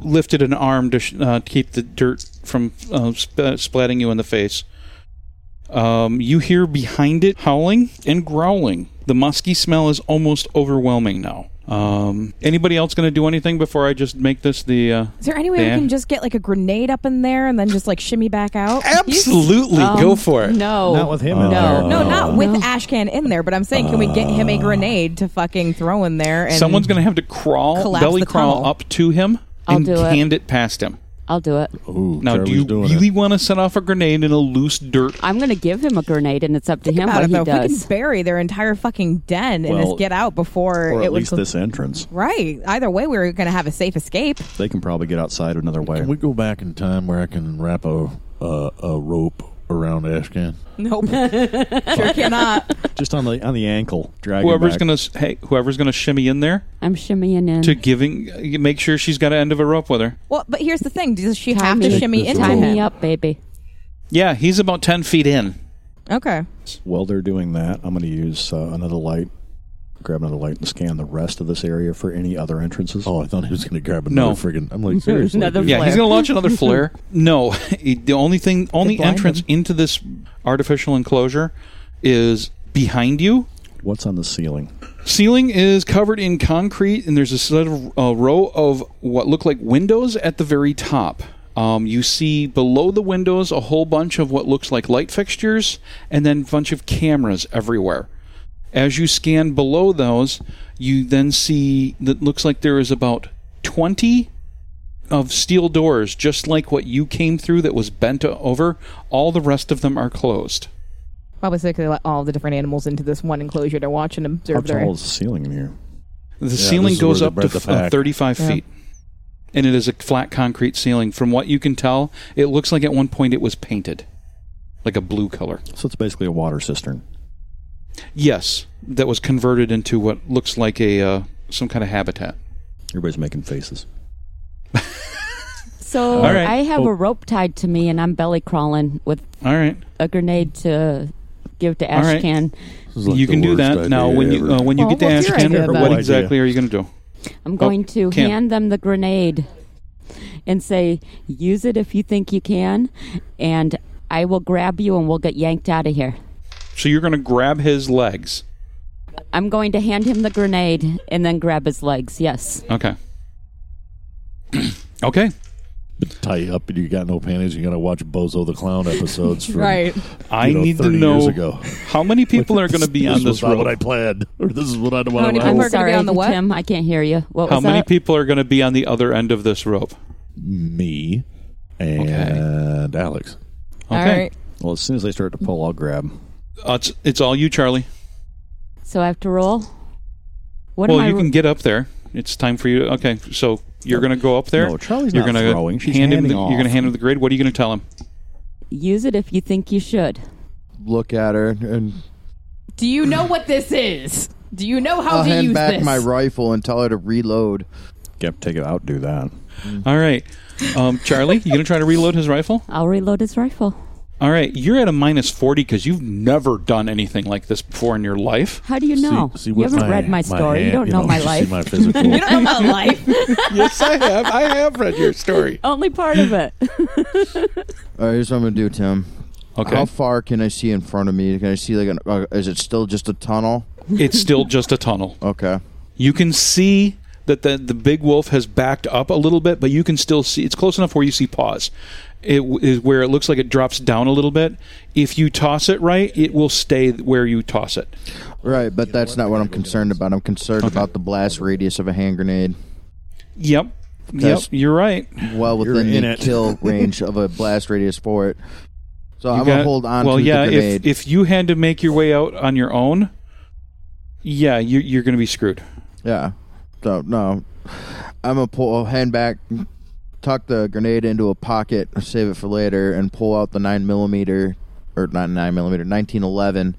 [SPEAKER 1] lifted an arm to sh- uh, to keep the dirt from uh, sp- splatting you in the face. Um, you hear behind it howling and growling. The musky smell is almost overwhelming now. Um, anybody else going to do anything before I just make this the? Uh,
[SPEAKER 8] Is there any way
[SPEAKER 1] Yeah.
[SPEAKER 8] we can just get like a grenade up in there and then just like shimmy back out?
[SPEAKER 1] absolutely,
[SPEAKER 7] Um,
[SPEAKER 1] go for it.
[SPEAKER 3] No,
[SPEAKER 5] Not with him in
[SPEAKER 3] No,
[SPEAKER 5] there.
[SPEAKER 8] No, not with
[SPEAKER 7] No.
[SPEAKER 8] Ashcan in there, but I'm saying, can we get him a grenade to fucking throw in there? And
[SPEAKER 1] Someone's going to have to crawl,
[SPEAKER 8] Collapse
[SPEAKER 1] belly
[SPEAKER 8] the
[SPEAKER 1] crawl
[SPEAKER 8] tunnel.
[SPEAKER 1] up to him
[SPEAKER 7] I'll
[SPEAKER 1] and
[SPEAKER 7] do it.
[SPEAKER 1] hand it past him.
[SPEAKER 7] I'll do it.
[SPEAKER 2] Ooh,
[SPEAKER 1] Now,
[SPEAKER 2] Charlie's
[SPEAKER 1] do you
[SPEAKER 2] doing
[SPEAKER 1] really
[SPEAKER 2] it.
[SPEAKER 1] want to set off a grenade in a loose dirt?
[SPEAKER 7] I'm going to give him a grenade, and it's up to him
[SPEAKER 6] about
[SPEAKER 7] what
[SPEAKER 6] it,
[SPEAKER 7] he
[SPEAKER 6] though. If we
[SPEAKER 7] does.
[SPEAKER 6] can bury their entire fucking den and
[SPEAKER 5] Well,
[SPEAKER 6] just get out before
[SPEAKER 5] or
[SPEAKER 6] it
[SPEAKER 5] at
[SPEAKER 6] would.
[SPEAKER 5] least
[SPEAKER 6] go-
[SPEAKER 5] this entrance.
[SPEAKER 6] Right. Either way, we are going to have a safe escape.
[SPEAKER 5] They can probably get outside another way.
[SPEAKER 2] Can we go back in time where I can wrap a uh, a rope around Ashcan?
[SPEAKER 6] Nope. sure cannot.
[SPEAKER 5] Just on the on the ankle, drag
[SPEAKER 1] Whoever's
[SPEAKER 5] him back.
[SPEAKER 1] gonna s- hey, whoever's gonna shimmy in there
[SPEAKER 7] I'm shimmying in.
[SPEAKER 6] Mm.
[SPEAKER 1] to giving, you make sure she's got an end of a rope with her.
[SPEAKER 6] Well, but here's the thing: Does she
[SPEAKER 7] Tie
[SPEAKER 6] have
[SPEAKER 7] me-
[SPEAKER 6] to shimmy
[SPEAKER 2] Take
[SPEAKER 6] into
[SPEAKER 2] this
[SPEAKER 7] Tie
[SPEAKER 2] roll.
[SPEAKER 6] him?
[SPEAKER 7] me up, baby.
[SPEAKER 1] Yeah, he's about ten feet in.
[SPEAKER 6] Okay.
[SPEAKER 5] While they're doing that, I'm going to use uh, another light. Grab another light and scan the rest of this area for any other entrances.
[SPEAKER 2] Oh, I thought he was going to grab another
[SPEAKER 1] No.
[SPEAKER 2] friggin'. I'm like, seriously.
[SPEAKER 7] Another
[SPEAKER 2] dude.
[SPEAKER 1] Yeah,
[SPEAKER 7] Flare.
[SPEAKER 1] he's gonna launch another flare. No, the only thing, only
[SPEAKER 6] blind
[SPEAKER 1] entrance
[SPEAKER 6] him.
[SPEAKER 1] into this artificial enclosure is behind you.
[SPEAKER 5] What's on the ceiling?
[SPEAKER 1] Ceiling is covered in concrete, and there's a set of a row of what look like windows at the very top. Um, you see below the windows a whole bunch of what looks like light fixtures, and then a bunch of cameras everywhere. As you scan below those, you then see that looks like there is about 20 of steel doors, just like what you came through that was bent o- over. All the rest of them are closed.
[SPEAKER 3] Probably so they could let all the different animals into this one enclosure to watch and
[SPEAKER 5] How
[SPEAKER 3] observe their.
[SPEAKER 5] tall is the ceiling in here?
[SPEAKER 1] The
[SPEAKER 2] this
[SPEAKER 1] ceiling
[SPEAKER 2] is
[SPEAKER 1] goes
[SPEAKER 2] where
[SPEAKER 1] up
[SPEAKER 2] they
[SPEAKER 1] to
[SPEAKER 2] bred
[SPEAKER 1] f-
[SPEAKER 2] the
[SPEAKER 1] uh,
[SPEAKER 2] pack.
[SPEAKER 1] 35 feet. And it is a flat concrete ceiling. From what you can tell, it looks like at one point it was painted like a blue color.
[SPEAKER 5] So it's basically a water cistern.
[SPEAKER 1] Yes, that was converted into what looks like a uh, some kind of habitat.
[SPEAKER 5] Everybody's making faces.
[SPEAKER 7] So
[SPEAKER 1] All right.
[SPEAKER 7] I have
[SPEAKER 1] Oh.
[SPEAKER 7] a rope tied to me, and I'm belly crawling with
[SPEAKER 1] All right.
[SPEAKER 7] a grenade to give to
[SPEAKER 1] All right.
[SPEAKER 7] Ashcan.
[SPEAKER 2] This is like
[SPEAKER 1] you
[SPEAKER 2] the
[SPEAKER 1] can do
[SPEAKER 2] worst
[SPEAKER 1] that.
[SPEAKER 2] idea
[SPEAKER 1] Now when you
[SPEAKER 2] ever.
[SPEAKER 1] uh, when you
[SPEAKER 3] Oh,
[SPEAKER 1] get to
[SPEAKER 3] what's your idea
[SPEAKER 1] Ashcan,
[SPEAKER 3] about
[SPEAKER 1] what
[SPEAKER 5] it?
[SPEAKER 1] exactly are you going to do? Oh,
[SPEAKER 7] I'm going to
[SPEAKER 1] Cam.
[SPEAKER 7] hand them the grenade and say, use it if you think you can, and I will grab you and we'll get yanked out of here.
[SPEAKER 1] So you're going to grab his legs.
[SPEAKER 7] I'm going to hand him the grenade and then grab his legs. Yes.
[SPEAKER 1] Okay. okay.
[SPEAKER 2] tie up and you got no panties. You got to watch Bozo the Clown episodes. From,
[SPEAKER 3] Right.
[SPEAKER 1] I
[SPEAKER 2] you know,
[SPEAKER 1] need to
[SPEAKER 2] 30
[SPEAKER 1] know
[SPEAKER 2] years ago.
[SPEAKER 1] how many people are going to be on
[SPEAKER 2] was
[SPEAKER 1] this
[SPEAKER 2] not
[SPEAKER 1] road.
[SPEAKER 2] what I planned, or this is what I
[SPEAKER 6] How
[SPEAKER 2] want
[SPEAKER 6] many
[SPEAKER 2] to
[SPEAKER 6] people
[SPEAKER 7] I'm
[SPEAKER 6] we're gonna be
[SPEAKER 7] sorry,
[SPEAKER 6] on the what?
[SPEAKER 7] Tim. I can't hear you. What
[SPEAKER 1] How
[SPEAKER 7] was
[SPEAKER 1] many
[SPEAKER 7] that?
[SPEAKER 1] people are going to be on the other end of this rope?
[SPEAKER 2] Me and Alex.
[SPEAKER 1] Okay.
[SPEAKER 3] All right.
[SPEAKER 5] Well, as soon as they start to pull, I'll grab.
[SPEAKER 1] Uh, it's, it's all you, Charlie.
[SPEAKER 7] So I have to roll. What
[SPEAKER 1] well,
[SPEAKER 7] am I?
[SPEAKER 1] you can get up there. It's time for you. Okay, so you're going to go up there.
[SPEAKER 5] No, Charlie's
[SPEAKER 1] you're
[SPEAKER 5] not
[SPEAKER 1] gonna
[SPEAKER 5] throwing. She's
[SPEAKER 1] hand him. The,
[SPEAKER 5] handing
[SPEAKER 1] you're going to
[SPEAKER 5] off.
[SPEAKER 1] hand him the grade. What are you going to tell him?
[SPEAKER 7] use it if you think you should.
[SPEAKER 4] Look at her and
[SPEAKER 3] Do you know what this is? Do you know how
[SPEAKER 4] I'll
[SPEAKER 3] to
[SPEAKER 4] hand
[SPEAKER 3] use
[SPEAKER 4] back
[SPEAKER 3] this?
[SPEAKER 4] my rifle and tell her to reload.
[SPEAKER 5] You have to take it out, do that.
[SPEAKER 1] All right, um, Charlie, you going to try to reload his rifle?
[SPEAKER 7] I'll reload his rifle.
[SPEAKER 1] All right, you're at a minus forty because you've never done anything like this before in your life.
[SPEAKER 7] How do you know?
[SPEAKER 2] See, see
[SPEAKER 7] you
[SPEAKER 2] what
[SPEAKER 7] haven't read my
[SPEAKER 2] hand-
[SPEAKER 7] story. you
[SPEAKER 2] hand-
[SPEAKER 7] don't know, my
[SPEAKER 2] see
[SPEAKER 7] life.
[SPEAKER 2] My physical.
[SPEAKER 3] I don't know about life.
[SPEAKER 1] yes, I have. I have read your story.
[SPEAKER 7] Only part of it.
[SPEAKER 4] All right, here's what I'm gonna do, Tim.
[SPEAKER 1] Okay,
[SPEAKER 4] How far can I see in front of me? Can I see like an? Uh, is it still just a tunnel?
[SPEAKER 1] it's still just a tunnel.
[SPEAKER 4] Okay.
[SPEAKER 1] You can see that the the big wolf has backed up a little bit, but you can still see it's close enough where you see paws. It w- is where it looks like it drops down a little bit. If you toss it right, it will stay where you toss it.
[SPEAKER 4] Right, but that's not what I'm concerned about. I'm concerned about the blast radius of a hand grenade.
[SPEAKER 1] Yep.
[SPEAKER 4] That's-
[SPEAKER 1] Yep, you're right.
[SPEAKER 4] Well within
[SPEAKER 5] in
[SPEAKER 4] the
[SPEAKER 5] it.
[SPEAKER 4] kill range of a blast radius for it. So
[SPEAKER 1] You
[SPEAKER 4] I'm gonna
[SPEAKER 1] got-
[SPEAKER 4] hold on
[SPEAKER 1] well,
[SPEAKER 4] to
[SPEAKER 1] yeah,
[SPEAKER 4] the
[SPEAKER 1] if,
[SPEAKER 4] grenade.
[SPEAKER 1] if you had to make your way out on your own, yeah, you, you're going to be screwed.
[SPEAKER 4] yeah. So no, I'm gonna pull hand back, tuck the grenade into a pocket, save it for later, and pull out the nine millimeter, or not nine millimeter, nineteen eleven,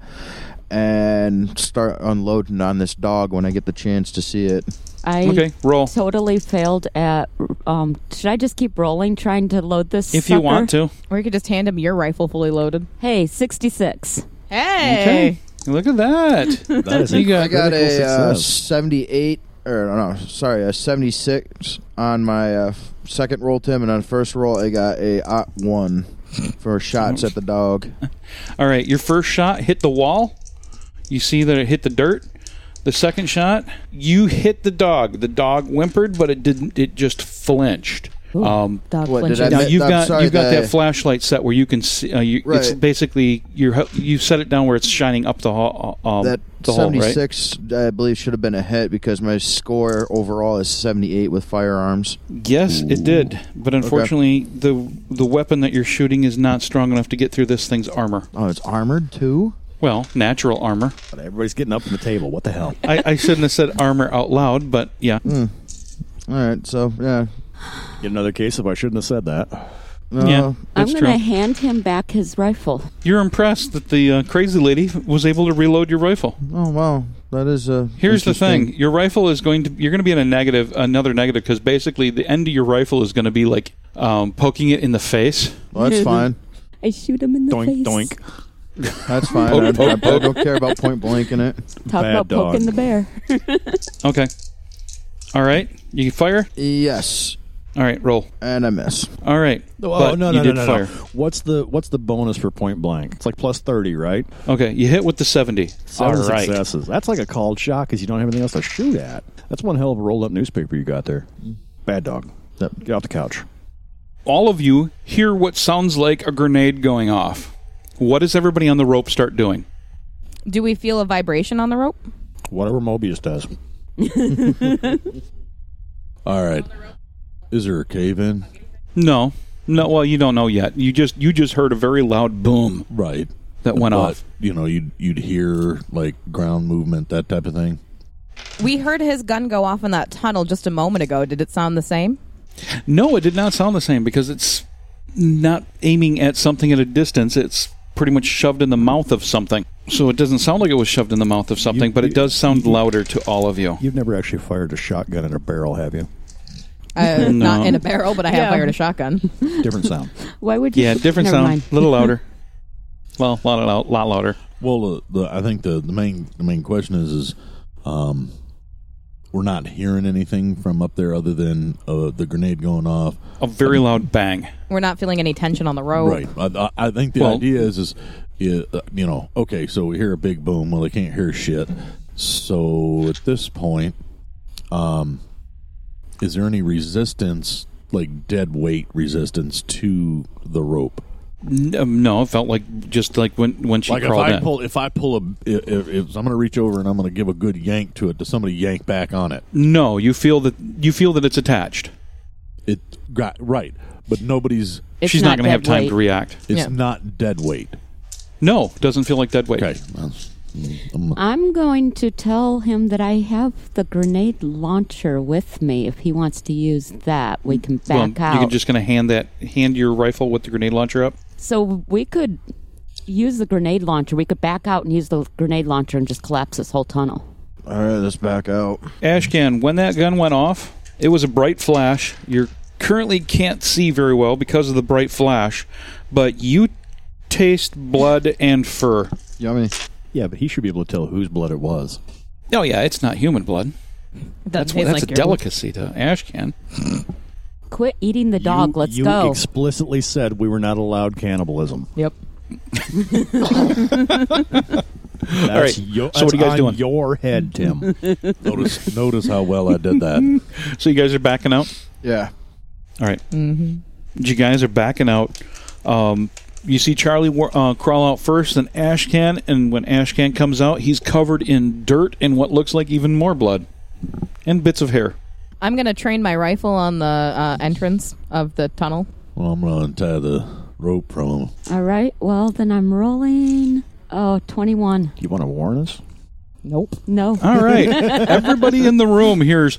[SPEAKER 4] and start unloading on this dog when I get the chance to see it.
[SPEAKER 7] I
[SPEAKER 1] Okay, roll.
[SPEAKER 7] totally failed at. Um, should I just keep rolling, trying to load this?
[SPEAKER 1] If you
[SPEAKER 7] sucker?
[SPEAKER 1] want to.
[SPEAKER 3] Or you could just hand him your rifle fully loaded.
[SPEAKER 7] Hey, sixty-six.
[SPEAKER 3] Hey.
[SPEAKER 1] Look at that.
[SPEAKER 5] That is
[SPEAKER 1] You
[SPEAKER 5] a
[SPEAKER 1] got-
[SPEAKER 4] I got
[SPEAKER 5] critical
[SPEAKER 4] a uh,
[SPEAKER 5] success.
[SPEAKER 4] 78 or no, no, sorry, a 76 on my uh, f- second roll, Tim, and on first roll I got a ot one for shots at the dog.
[SPEAKER 1] All right, your first shot hit the wall. You see that it hit the dirt. The second shot, you hit the dog. The dog whimpered, but it didn't. It just flinched. Um,
[SPEAKER 8] Dog
[SPEAKER 4] What, did
[SPEAKER 8] flinches.
[SPEAKER 1] now
[SPEAKER 4] I-
[SPEAKER 1] you've
[SPEAKER 4] I'm
[SPEAKER 1] got
[SPEAKER 4] sorry,
[SPEAKER 1] you've got
[SPEAKER 4] the-
[SPEAKER 1] that flashlight set where you can see. Uh, you, It's
[SPEAKER 4] Right.
[SPEAKER 1] basically you you set it down where it's shining up the hall. Um,
[SPEAKER 4] that
[SPEAKER 1] the hall, right?
[SPEAKER 4] 76, I believe, should have been a hit because my score overall is 78 with firearms.
[SPEAKER 1] Yes, it did. But unfortunately, the the weapon that you're shooting is not strong enough to get through this thing's armor.
[SPEAKER 4] Oh, it's armored too?
[SPEAKER 1] Well, natural armor.
[SPEAKER 5] But everybody's getting up from the table. What the hell?
[SPEAKER 1] I, I shouldn't have said armor out loud, but yeah.
[SPEAKER 4] Mm, All right, so, yeah.
[SPEAKER 5] Yet another case if I shouldn't have said that.
[SPEAKER 4] No,
[SPEAKER 1] Yeah.
[SPEAKER 7] I'm
[SPEAKER 1] That's
[SPEAKER 7] going to
[SPEAKER 1] true.
[SPEAKER 7] hand him back his rifle.
[SPEAKER 1] You're impressed that the uh, crazy lady was able to reload your rifle.
[SPEAKER 4] Oh, wow. That is uh, a.
[SPEAKER 1] Here's the thing: your rifle is going to you're going to be in a negative, another negative, because basically the end of your rifle is going to be like um, poking it in the face.
[SPEAKER 4] Well, that's fine.
[SPEAKER 7] I shoot him in the
[SPEAKER 5] Doink,
[SPEAKER 7] face.
[SPEAKER 5] doink.
[SPEAKER 4] That's fine. I, I- I don't care about point blank in it.
[SPEAKER 7] Talk
[SPEAKER 5] Bad
[SPEAKER 7] about
[SPEAKER 5] dog.
[SPEAKER 7] poking the bear.
[SPEAKER 1] Okay. All right. You can fire.
[SPEAKER 4] Yes,
[SPEAKER 1] All right. Roll.
[SPEAKER 4] and I miss.
[SPEAKER 1] All right.
[SPEAKER 5] oh,
[SPEAKER 1] but you did fire.
[SPEAKER 5] What's the what's the bonus for point blank? It's like plus thirty, right?
[SPEAKER 1] Okay. You hit with the seventy.
[SPEAKER 5] Seven
[SPEAKER 1] All right.
[SPEAKER 5] successes. That's like a called shot because you don't have anything else to shoot at. That's one hell of a rolled up newspaper you got there. Bad dog. Get off the couch.
[SPEAKER 1] all of you hear what sounds like a grenade going off. What does everybody on the rope start doing?
[SPEAKER 3] Do we feel a vibration on the rope?
[SPEAKER 5] Whatever Mobius does.
[SPEAKER 2] All right. Is there a cave in?
[SPEAKER 1] No. No, well, you don't know yet. You just you just heard a very loud boom
[SPEAKER 2] Right.
[SPEAKER 1] that went
[SPEAKER 2] But,
[SPEAKER 1] off.
[SPEAKER 2] You know, you'd you'd hear like ground movement, that type of thing.
[SPEAKER 3] We heard his gun go off in that tunnel just a moment ago. Did it sound the same?
[SPEAKER 1] No, it did not sound the same because it's not aiming at something at a distance. It's pretty much shoved in the mouth of something. So it doesn't sound like it was shoved in the mouth of something, but it does sound louder to all of you.
[SPEAKER 5] You've never actually fired a shotgun in a barrel, have you?
[SPEAKER 1] No.
[SPEAKER 3] Uh, Not in a barrel, but I have
[SPEAKER 7] Yeah.
[SPEAKER 3] fired a shotgun.
[SPEAKER 5] Different sound.
[SPEAKER 7] Why would you?
[SPEAKER 1] Yeah, different
[SPEAKER 7] Never
[SPEAKER 1] sound,
[SPEAKER 7] mind.
[SPEAKER 1] a little louder. well, a lot, lot, lot louder.
[SPEAKER 2] Well, the, the I think the, the main the main question is is um, we're not hearing anything from up there other than uh, the grenade going off.
[SPEAKER 1] A very loud bang.
[SPEAKER 3] We're not feeling any tension on the rope.
[SPEAKER 2] Right. I, I I think the
[SPEAKER 1] Well-
[SPEAKER 2] idea is is yeah, uh, you know okay, so we hear a big boom. Well, they can't hear shit. So at this point, um, is there any resistance, like dead weight resistance to the rope?
[SPEAKER 1] N- um, No, it felt like just like when when she
[SPEAKER 2] like if
[SPEAKER 1] crawled
[SPEAKER 2] I
[SPEAKER 1] in.
[SPEAKER 2] pull, if I pull a, if, if, if I'm going to reach over and I'm going to give a good yank to it, does somebody yank back on it?
[SPEAKER 1] No, you feel that you feel that it's attached.
[SPEAKER 2] It got right, but nobody's.
[SPEAKER 7] It's
[SPEAKER 1] She's not,
[SPEAKER 7] not
[SPEAKER 1] going to have
[SPEAKER 7] dead
[SPEAKER 1] time
[SPEAKER 7] weight.
[SPEAKER 1] to react.
[SPEAKER 2] It's
[SPEAKER 3] Yeah.
[SPEAKER 2] not dead weight.
[SPEAKER 1] No, doesn't feel like dead weight.
[SPEAKER 2] Okay. That's- mm, I'm-
[SPEAKER 7] I'm going to tell him that I have the grenade launcher with me. If he wants to use that, we can
[SPEAKER 1] Well,
[SPEAKER 7] back out.
[SPEAKER 1] you're just going to hand that hand your rifle with the grenade launcher up.
[SPEAKER 7] so we could use the grenade launcher. We could back out and use the grenade launcher and just collapse this whole tunnel.
[SPEAKER 4] All right, let's back out.
[SPEAKER 1] Ashcan, when that gun went off, it was a bright flash. You currently can't see very well because of the bright flash, but you taste blood and fur.
[SPEAKER 4] Yummy.
[SPEAKER 5] Yeah, but he should be able to tell whose blood it was.
[SPEAKER 1] Oh yeah, it's not human blood.
[SPEAKER 3] That's,
[SPEAKER 1] That's that's a delicacy to Ashcan.
[SPEAKER 7] Quit eating the dog.
[SPEAKER 5] You-
[SPEAKER 7] Let's
[SPEAKER 5] you
[SPEAKER 7] go.
[SPEAKER 5] explicitly said we were not allowed cannibalism.
[SPEAKER 3] Yep.
[SPEAKER 5] That's
[SPEAKER 1] All right.
[SPEAKER 5] Your,
[SPEAKER 1] So what are you
[SPEAKER 5] that's
[SPEAKER 1] guys doing?
[SPEAKER 5] on Your head, Tim.
[SPEAKER 2] notice, notice how well I did that.
[SPEAKER 1] So you guys are backing out.
[SPEAKER 4] Yeah.
[SPEAKER 1] All right. You guys are backing out. Um, you see Charlie war- uh, crawl out first, then Ashcan, and when Ashcan comes out, he's covered in dirt and what looks like even more blood and bits of hair.
[SPEAKER 3] I'm going to train my rifle on the uh, entrance of the tunnel.
[SPEAKER 2] Well, I'm going to untie the rope from him.
[SPEAKER 7] All right. Well, then I'm rolling. Oh, 21.
[SPEAKER 5] you want to warn us?
[SPEAKER 3] Nope.
[SPEAKER 7] No.
[SPEAKER 1] All right. Everybody in the room hears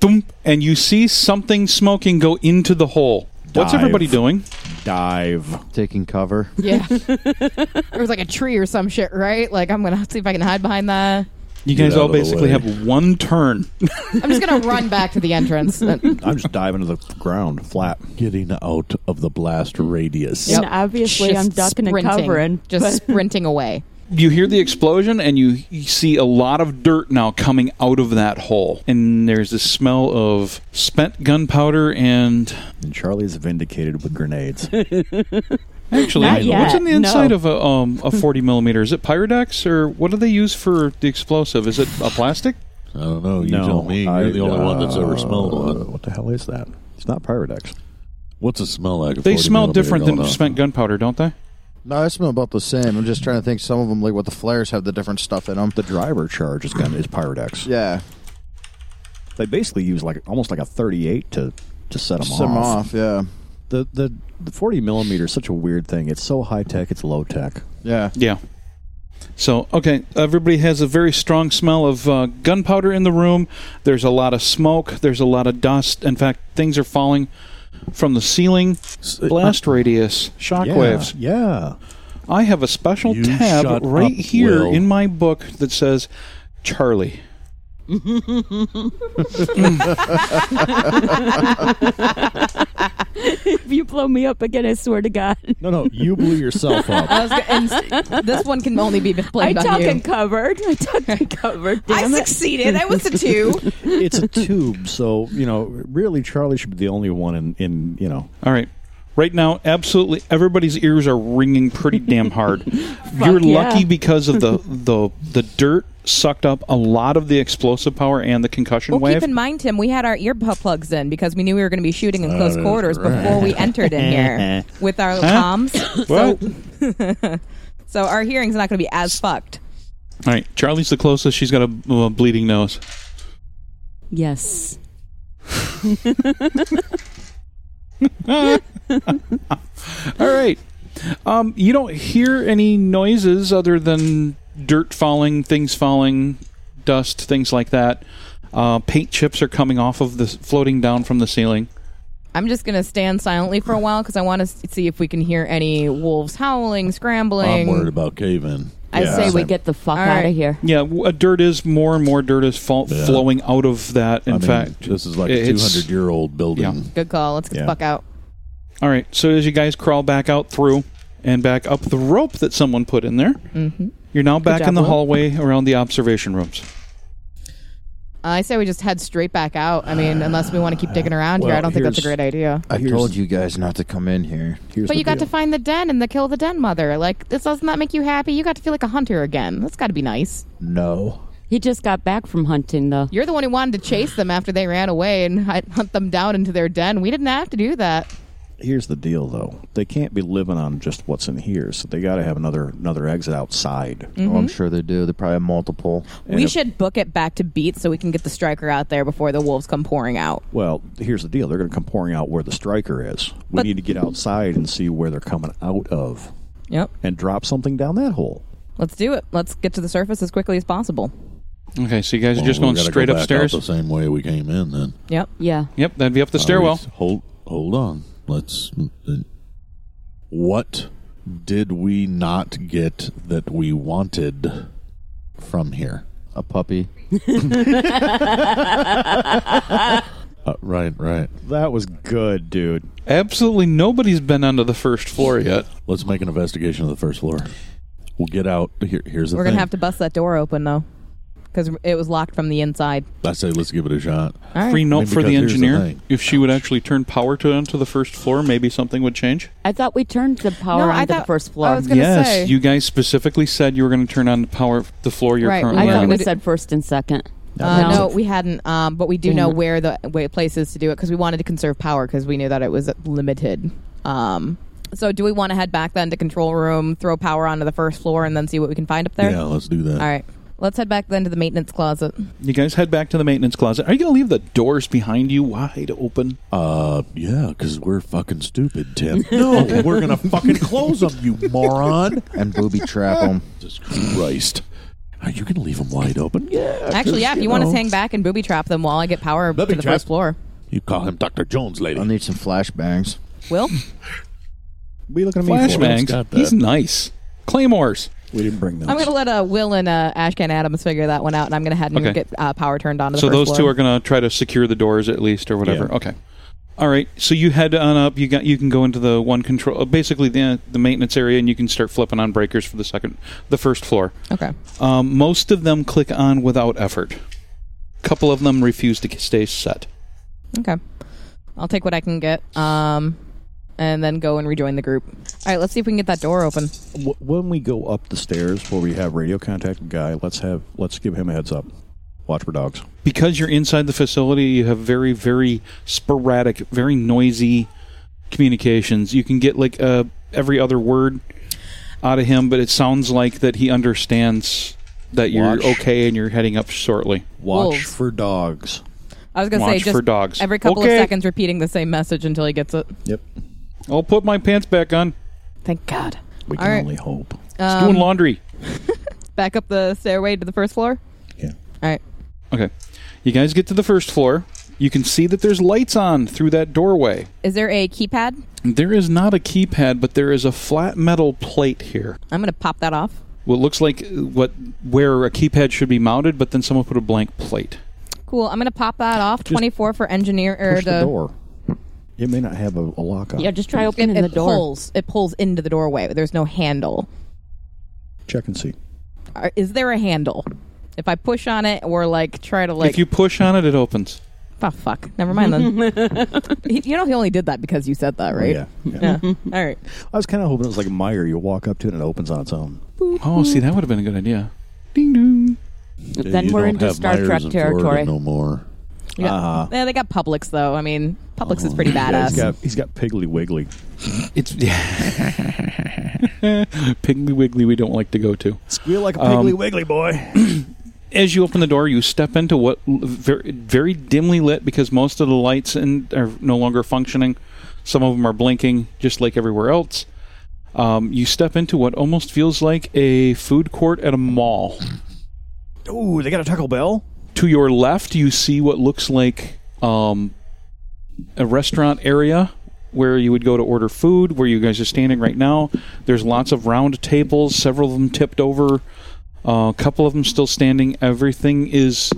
[SPEAKER 1] thump, and you see something smoking go into the hole. What's
[SPEAKER 5] Dive.
[SPEAKER 1] everybody doing?
[SPEAKER 5] Dive.
[SPEAKER 4] Taking cover.
[SPEAKER 3] Yeah. there was like a tree or some shit, right? Like, I'm going to see if I can hide behind that.
[SPEAKER 1] You
[SPEAKER 2] Get
[SPEAKER 1] guys
[SPEAKER 2] out
[SPEAKER 1] all
[SPEAKER 2] of the
[SPEAKER 1] basically
[SPEAKER 2] way.
[SPEAKER 1] have one turn.
[SPEAKER 3] I'm just going to run back to the entrance. Uh,
[SPEAKER 5] I'm just diving to the ground flat.
[SPEAKER 2] Getting out of the blast radius.
[SPEAKER 3] Yep.
[SPEAKER 7] And obviously,
[SPEAKER 3] Just
[SPEAKER 7] I'm ducking
[SPEAKER 3] sprinting.
[SPEAKER 7] and covering.
[SPEAKER 3] Just
[SPEAKER 7] but-
[SPEAKER 3] sprinting away.
[SPEAKER 1] you hear the explosion and you, you see a lot of dirt now coming out of that hole and there's this smell of spent gunpowder and
[SPEAKER 5] And Charlie's vindicated with grenades.
[SPEAKER 1] actually
[SPEAKER 7] Not
[SPEAKER 1] what's
[SPEAKER 7] yet,
[SPEAKER 1] in the inside
[SPEAKER 7] no.
[SPEAKER 1] of a, um, a 40 millimeter is it pyrodex or what do they use for the explosive is it a plastic
[SPEAKER 2] I don't know. You tell me. You're the only one that's ever smelled one.
[SPEAKER 5] uh, What the hell is that? It's not Pyrodex.
[SPEAKER 2] What's it smell like? at
[SPEAKER 1] They
[SPEAKER 2] 40
[SPEAKER 1] smell
[SPEAKER 2] millimeter
[SPEAKER 1] different
[SPEAKER 2] going
[SPEAKER 1] than
[SPEAKER 2] off?
[SPEAKER 1] spent gunpowder, don't they?
[SPEAKER 4] No, they smell about the same. I'm just trying to think. Some of them, like what the flares, have the different stuff in them.
[SPEAKER 5] The driver charge is gun is Pyrodex.
[SPEAKER 4] Yeah,
[SPEAKER 5] They basically use like almost like a 38 to to set them
[SPEAKER 4] set them off. Yeah,
[SPEAKER 5] The, the the 40 millimeter is such a weird thing. It's so high tech. It's low tech.
[SPEAKER 4] yeah.
[SPEAKER 1] Yeah. So, okay, everybody has a very strong smell of uh, gunpowder in the room. There's a lot of smoke. There's a lot of dust. In fact, things are falling from the ceiling.
[SPEAKER 2] uh,
[SPEAKER 1] Blast radius, shockwaves.
[SPEAKER 5] Yeah.
[SPEAKER 1] I have a special
[SPEAKER 2] You
[SPEAKER 1] tab
[SPEAKER 2] shut
[SPEAKER 1] right
[SPEAKER 2] up,
[SPEAKER 1] here
[SPEAKER 2] Will.
[SPEAKER 1] in my book that says Charlie.
[SPEAKER 7] If you blow me up again, I swear to God,
[SPEAKER 5] No, no. You blew yourself
[SPEAKER 3] I
[SPEAKER 5] up.
[SPEAKER 3] was gonna, and s- this one can only be
[SPEAKER 7] I
[SPEAKER 3] blamed
[SPEAKER 7] talk
[SPEAKER 3] on
[SPEAKER 7] and
[SPEAKER 3] you.
[SPEAKER 7] covered. I talk and covered.
[SPEAKER 3] I
[SPEAKER 7] Damn it.
[SPEAKER 3] succeeded. I was a two.
[SPEAKER 5] it's a tube, so you know. Really, Charlie should be the only one in in you know.
[SPEAKER 1] All right. Right now, absolutely everybody's ears are ringing pretty damn hard. You're
[SPEAKER 7] yeah.
[SPEAKER 1] lucky because of the, the the dirt sucked up a lot of the explosive power and the concussion
[SPEAKER 3] Well,
[SPEAKER 1] wave.
[SPEAKER 3] keep in mind, Tim, we had our ear pu- plugs in because we knew we were going to be shooting in close
[SPEAKER 2] That is
[SPEAKER 3] quarters
[SPEAKER 2] right.
[SPEAKER 3] before we entered in here with our comms.
[SPEAKER 1] Well,
[SPEAKER 3] So our hearing's not going to be as fucked.
[SPEAKER 1] All right, Charlie's the closest. She's got a uh, bleeding nose.
[SPEAKER 7] Yes.
[SPEAKER 1] All right. Um, you don't hear any noises other than dirt falling, things falling, dust, things like that. Uh, paint chips are coming off of the floating down from the ceiling.
[SPEAKER 3] I'm just going to stand silently for a while because I want to see if we can hear any wolves howling,
[SPEAKER 2] I'm
[SPEAKER 3] scrambling.
[SPEAKER 2] worried about cave in.
[SPEAKER 7] I
[SPEAKER 5] Yeah.
[SPEAKER 7] say we
[SPEAKER 5] Same.
[SPEAKER 7] get the fuck
[SPEAKER 3] All
[SPEAKER 7] out
[SPEAKER 3] right.
[SPEAKER 7] of here.
[SPEAKER 1] Yeah, w- uh, dirt is more and more dirt is fall-
[SPEAKER 2] Yeah.
[SPEAKER 1] flowing out of that. In
[SPEAKER 2] I mean,
[SPEAKER 1] fact,
[SPEAKER 2] this is like
[SPEAKER 1] it-
[SPEAKER 2] a
[SPEAKER 1] it's-
[SPEAKER 2] 200 year old building.
[SPEAKER 1] Yeah.
[SPEAKER 3] Good call. Let's get
[SPEAKER 5] Yeah.
[SPEAKER 3] the fuck out.
[SPEAKER 1] All right. So as you guys crawl back out through and back up the rope that someone put in there,
[SPEAKER 3] Mm-hmm.
[SPEAKER 1] you're now back
[SPEAKER 3] job,
[SPEAKER 1] in the
[SPEAKER 3] Will.
[SPEAKER 1] hallway around the observation rooms.
[SPEAKER 3] I say we just head straight back out. I mean, unless we want to keep digging around here,
[SPEAKER 5] Well,
[SPEAKER 3] I don't think that's a
[SPEAKER 5] here's-
[SPEAKER 3] great idea.
[SPEAKER 4] I
[SPEAKER 5] Here's-
[SPEAKER 4] told you guys not to come in here.
[SPEAKER 5] Here's
[SPEAKER 3] But
[SPEAKER 5] the
[SPEAKER 3] you got
[SPEAKER 5] deal.
[SPEAKER 3] to find the den and the kill the den mother. Like, this doesn't that make you happy? You got to feel like a hunter again. That's got to be nice.
[SPEAKER 4] No. Oh,
[SPEAKER 7] He just got back from hunting, though.
[SPEAKER 3] You're the one who wanted to chase them after they ran away and hi- hunt them down into their den. We didn't have to do that.
[SPEAKER 5] Here's the deal, though. They can't be living on just what's in here, so they got to have another another exit outside.
[SPEAKER 4] Oh,
[SPEAKER 3] Mm-hmm.
[SPEAKER 4] I'm sure they do. They probably have multiple.
[SPEAKER 3] we should book it back to beat so we can get the striker out there before the wolves come pouring out.
[SPEAKER 5] Well, here's the deal. They're going to come pouring out where the striker is. We
[SPEAKER 3] But-
[SPEAKER 5] need to get outside and see where they're coming out of
[SPEAKER 3] Yep.
[SPEAKER 5] and drop something down that hole.
[SPEAKER 3] Let's do it. Let's get to the surface as quickly as possible.
[SPEAKER 1] Okay, so you guys are
[SPEAKER 2] Well,
[SPEAKER 1] just
[SPEAKER 2] Oh, we
[SPEAKER 1] going
[SPEAKER 2] gotta go
[SPEAKER 1] straight
[SPEAKER 2] back out
[SPEAKER 1] upstairs.
[SPEAKER 2] the Oh, same way we came in. Then
[SPEAKER 3] Yep.
[SPEAKER 7] Yeah.
[SPEAKER 1] Yep, that'd be up the
[SPEAKER 2] Always
[SPEAKER 1] stairwell.
[SPEAKER 2] Hold, hold on. Let's. What did we not get that we wanted from here?
[SPEAKER 4] A puppy.
[SPEAKER 2] Uh, right, right.
[SPEAKER 5] That was good, dude.
[SPEAKER 1] Absolutely nobody's been onto the first floor yet.
[SPEAKER 2] Let's make an investigation of the first floor. We'll get out. Here, here's the
[SPEAKER 3] We're
[SPEAKER 2] thing.
[SPEAKER 3] going to have to bust that door open, though, because it was locked from the inside.
[SPEAKER 2] I say let's give it a shot.
[SPEAKER 3] All right.
[SPEAKER 1] Free note
[SPEAKER 2] Maybe
[SPEAKER 1] for the
[SPEAKER 2] because here's the
[SPEAKER 1] engineer.
[SPEAKER 2] thing.
[SPEAKER 1] if she would actually turn power to onto the first floor, maybe something would change.
[SPEAKER 7] I thought we turned the power
[SPEAKER 3] No,
[SPEAKER 7] on
[SPEAKER 3] I
[SPEAKER 7] to the
[SPEAKER 3] thought-
[SPEAKER 7] first floor.
[SPEAKER 3] I was gonna
[SPEAKER 1] yes,
[SPEAKER 3] say.
[SPEAKER 1] you guys specifically said you were going to turn on the power the floor you're
[SPEAKER 3] Right,
[SPEAKER 1] currently
[SPEAKER 7] I
[SPEAKER 3] Yeah.
[SPEAKER 7] thought
[SPEAKER 1] on.
[SPEAKER 7] we
[SPEAKER 3] Would it-
[SPEAKER 7] said first and second.
[SPEAKER 3] Uh,
[SPEAKER 7] No.
[SPEAKER 3] no, we hadn't. Um, but we do
[SPEAKER 7] Damn
[SPEAKER 3] know
[SPEAKER 7] it.
[SPEAKER 3] where the way place is to do it because we wanted to conserve power because we knew that it was limited. Um, so do we want to head back then to control room, throw power onto the first floor, and then see what we can find up there?
[SPEAKER 2] Yeah, let's do that.
[SPEAKER 3] All right. Let's head back then to the maintenance closet.
[SPEAKER 1] You guys head back to the maintenance closet. Are you going to leave the doors behind you wide open?
[SPEAKER 2] Uh, yeah, because we're fucking stupid, Tim. no, we're gonna fucking close them, you moron.
[SPEAKER 4] And booby trap them.
[SPEAKER 2] Jesus Christ. Are you gonna leave them wide open? Yeah.
[SPEAKER 3] Actually, yeah. If you, want
[SPEAKER 2] know.
[SPEAKER 3] us to hang back and booby trap them while I get power
[SPEAKER 2] Booby
[SPEAKER 3] to the
[SPEAKER 2] trap.
[SPEAKER 3] first floor,
[SPEAKER 2] You call him Dr. Jones, lady.
[SPEAKER 4] I'll need some flashbangs.
[SPEAKER 3] Will
[SPEAKER 5] We looking at me for?
[SPEAKER 1] Flashbangs.
[SPEAKER 2] got that.
[SPEAKER 1] He's nice. Claymores.
[SPEAKER 5] We didn't bring those.
[SPEAKER 3] I'm going to let uh, Will and uh, Ashcan Adams figure that one out, and I'm going to head and
[SPEAKER 1] Okay.
[SPEAKER 3] get uh, power turned on to the
[SPEAKER 1] So
[SPEAKER 3] first
[SPEAKER 1] those two
[SPEAKER 3] floor.
[SPEAKER 1] are going to try to secure the doors at least or whatever.
[SPEAKER 5] Yeah.
[SPEAKER 1] Okay. All right. So you head on up. You got you can go into the one control, uh, basically the the maintenance area, and you can start flipping on breakers for the second, the first floor.
[SPEAKER 3] okay.
[SPEAKER 1] Um, most of them click on without effort. couple of them refuse to k- stay set.
[SPEAKER 3] Okay. I'll take what I can get. Um and then go and rejoin the group. All right, let's see if we can get that door open.
[SPEAKER 5] W- when we go up the stairs where we have radio contact guy, let's have let's give him a heads up. Watch for dogs.
[SPEAKER 1] because you're inside the facility, you have very, very sporadic, very noisy communications. You can get like uh, every other word out of him, but it sounds like that he understands that you're
[SPEAKER 5] Watch.
[SPEAKER 1] okay and you're heading up shortly.
[SPEAKER 5] Watch
[SPEAKER 3] Wolves.
[SPEAKER 5] for dogs.
[SPEAKER 3] I was gonna say
[SPEAKER 1] Watch
[SPEAKER 3] just
[SPEAKER 1] for dogs.
[SPEAKER 3] every couple
[SPEAKER 1] Okay.
[SPEAKER 3] of seconds repeating the same message until he gets it.
[SPEAKER 5] Yep.
[SPEAKER 1] I'll put my pants back on.
[SPEAKER 3] Thank God.
[SPEAKER 5] We
[SPEAKER 3] All
[SPEAKER 5] can
[SPEAKER 3] right.
[SPEAKER 5] only hope.
[SPEAKER 1] It's
[SPEAKER 3] Um,
[SPEAKER 1] doing laundry.
[SPEAKER 3] Back up the stairway to the first floor.
[SPEAKER 5] Yeah.
[SPEAKER 3] All right.
[SPEAKER 1] Okay. You guys get to the first floor. You can see that there's lights on through that doorway.
[SPEAKER 3] Is there a keypad?
[SPEAKER 1] There is not a keypad, but there is a flat metal plate here.
[SPEAKER 3] I'm gonna pop that off.
[SPEAKER 1] What looks like uh, what where a keypad should be mounted, but then someone put a blank plate.
[SPEAKER 3] Cool. I'm gonna pop that off.
[SPEAKER 5] Just
[SPEAKER 3] 24 for engineer or
[SPEAKER 5] Push the door. It may not have a, a lock on.
[SPEAKER 7] Yeah, just try
[SPEAKER 3] It,
[SPEAKER 7] opening
[SPEAKER 3] it
[SPEAKER 7] the door.
[SPEAKER 3] pulls. It pulls into the doorway. but There's no handle.
[SPEAKER 5] Check and see.
[SPEAKER 3] Are- Is there a handle? If I push on it or like try to like
[SPEAKER 1] if you push on it, it opens.
[SPEAKER 3] Oh fuck. Never mind then. He- you know he only did that because you said that, right?
[SPEAKER 5] Oh, Yeah. yeah.
[SPEAKER 3] Yeah. All right.
[SPEAKER 5] I was kind of hoping it was like Meyer. You walk up to it and it opens on its own.
[SPEAKER 1] Oh, see, that would have been a good idea. Ding dong.
[SPEAKER 7] Then
[SPEAKER 2] You
[SPEAKER 7] we're
[SPEAKER 2] don't
[SPEAKER 7] into
[SPEAKER 2] have
[SPEAKER 7] Star
[SPEAKER 2] Myers
[SPEAKER 7] Trek
[SPEAKER 2] in Florida
[SPEAKER 7] territory.
[SPEAKER 2] no more.
[SPEAKER 3] Yeah.
[SPEAKER 5] Uh-huh.
[SPEAKER 3] Yeah, they got Publix though. I mean, Publix is pretty
[SPEAKER 5] Yeah,
[SPEAKER 3] badass.
[SPEAKER 5] he's got he's got Piggly Wiggly.
[SPEAKER 1] It's Piggly Wiggly. We don't like to go to.
[SPEAKER 5] Squeal like a
[SPEAKER 3] Um,
[SPEAKER 1] Piggly
[SPEAKER 5] Wiggly boy.
[SPEAKER 1] As you open the door, you step into what l- very, very dimly lit because most of the lights in, are no longer functioning. Some of them are blinking, just like everywhere else. Um, you step into what almost feels like a food court at a mall.
[SPEAKER 5] Ooh, they got a Taco Bell.
[SPEAKER 1] to your left you see what looks like um, a restaurant area where you would go to order food where you guys are standing right now there's lots of round tables several of them tipped over uh, a couple of them still standing everything is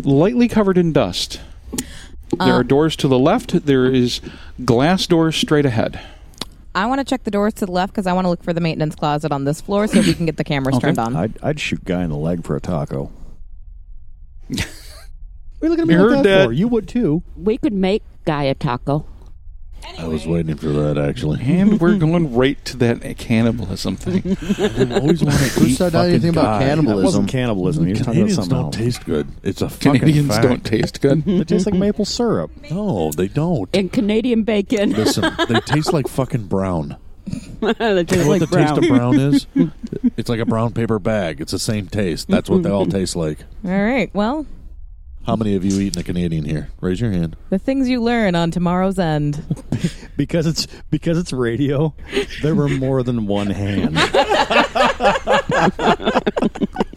[SPEAKER 1] lightly covered in dust
[SPEAKER 3] Um,
[SPEAKER 1] there
[SPEAKER 3] Uh.
[SPEAKER 1] are doors to the left there is glass doors straight ahead
[SPEAKER 3] I want to check the doors to the left because I want to look for the maintenance closet on this floor so we can get the cameras
[SPEAKER 1] Okay.
[SPEAKER 3] turned on.
[SPEAKER 5] I'd, I'd shoot guy in the leg for a taco.
[SPEAKER 1] we
[SPEAKER 5] Look at me like
[SPEAKER 1] heard
[SPEAKER 5] that for.
[SPEAKER 1] that
[SPEAKER 5] You would too.
[SPEAKER 7] We could make Guy a taco.
[SPEAKER 2] I was waiting for that actually.
[SPEAKER 1] and we're going right to that cannibalism thing
[SPEAKER 2] I always want to
[SPEAKER 4] Who said anything about
[SPEAKER 5] That
[SPEAKER 4] cannibalism?
[SPEAKER 5] wasn't cannibalism. You're talking about
[SPEAKER 2] Canadians
[SPEAKER 5] something
[SPEAKER 2] don't
[SPEAKER 5] else.
[SPEAKER 2] taste good. It's a fucking
[SPEAKER 1] canadians
[SPEAKER 2] fact.
[SPEAKER 1] don't taste good
[SPEAKER 5] They taste like maple syrup.
[SPEAKER 2] No, they don't.
[SPEAKER 7] And Canadian bacon.
[SPEAKER 2] Listen, they taste like fucking brown.
[SPEAKER 7] They taste
[SPEAKER 2] You know what
[SPEAKER 7] like
[SPEAKER 2] the
[SPEAKER 7] brown.
[SPEAKER 2] taste of brown is? it's like a brown paper bag. It's the same taste. That's what they all taste like.
[SPEAKER 3] All right. Well,
[SPEAKER 2] How many of you eaten a Canadian here? Raise your hand.
[SPEAKER 3] the things you learn on tomorrow's end.
[SPEAKER 5] Because it's because it's radio. There were more than one hand.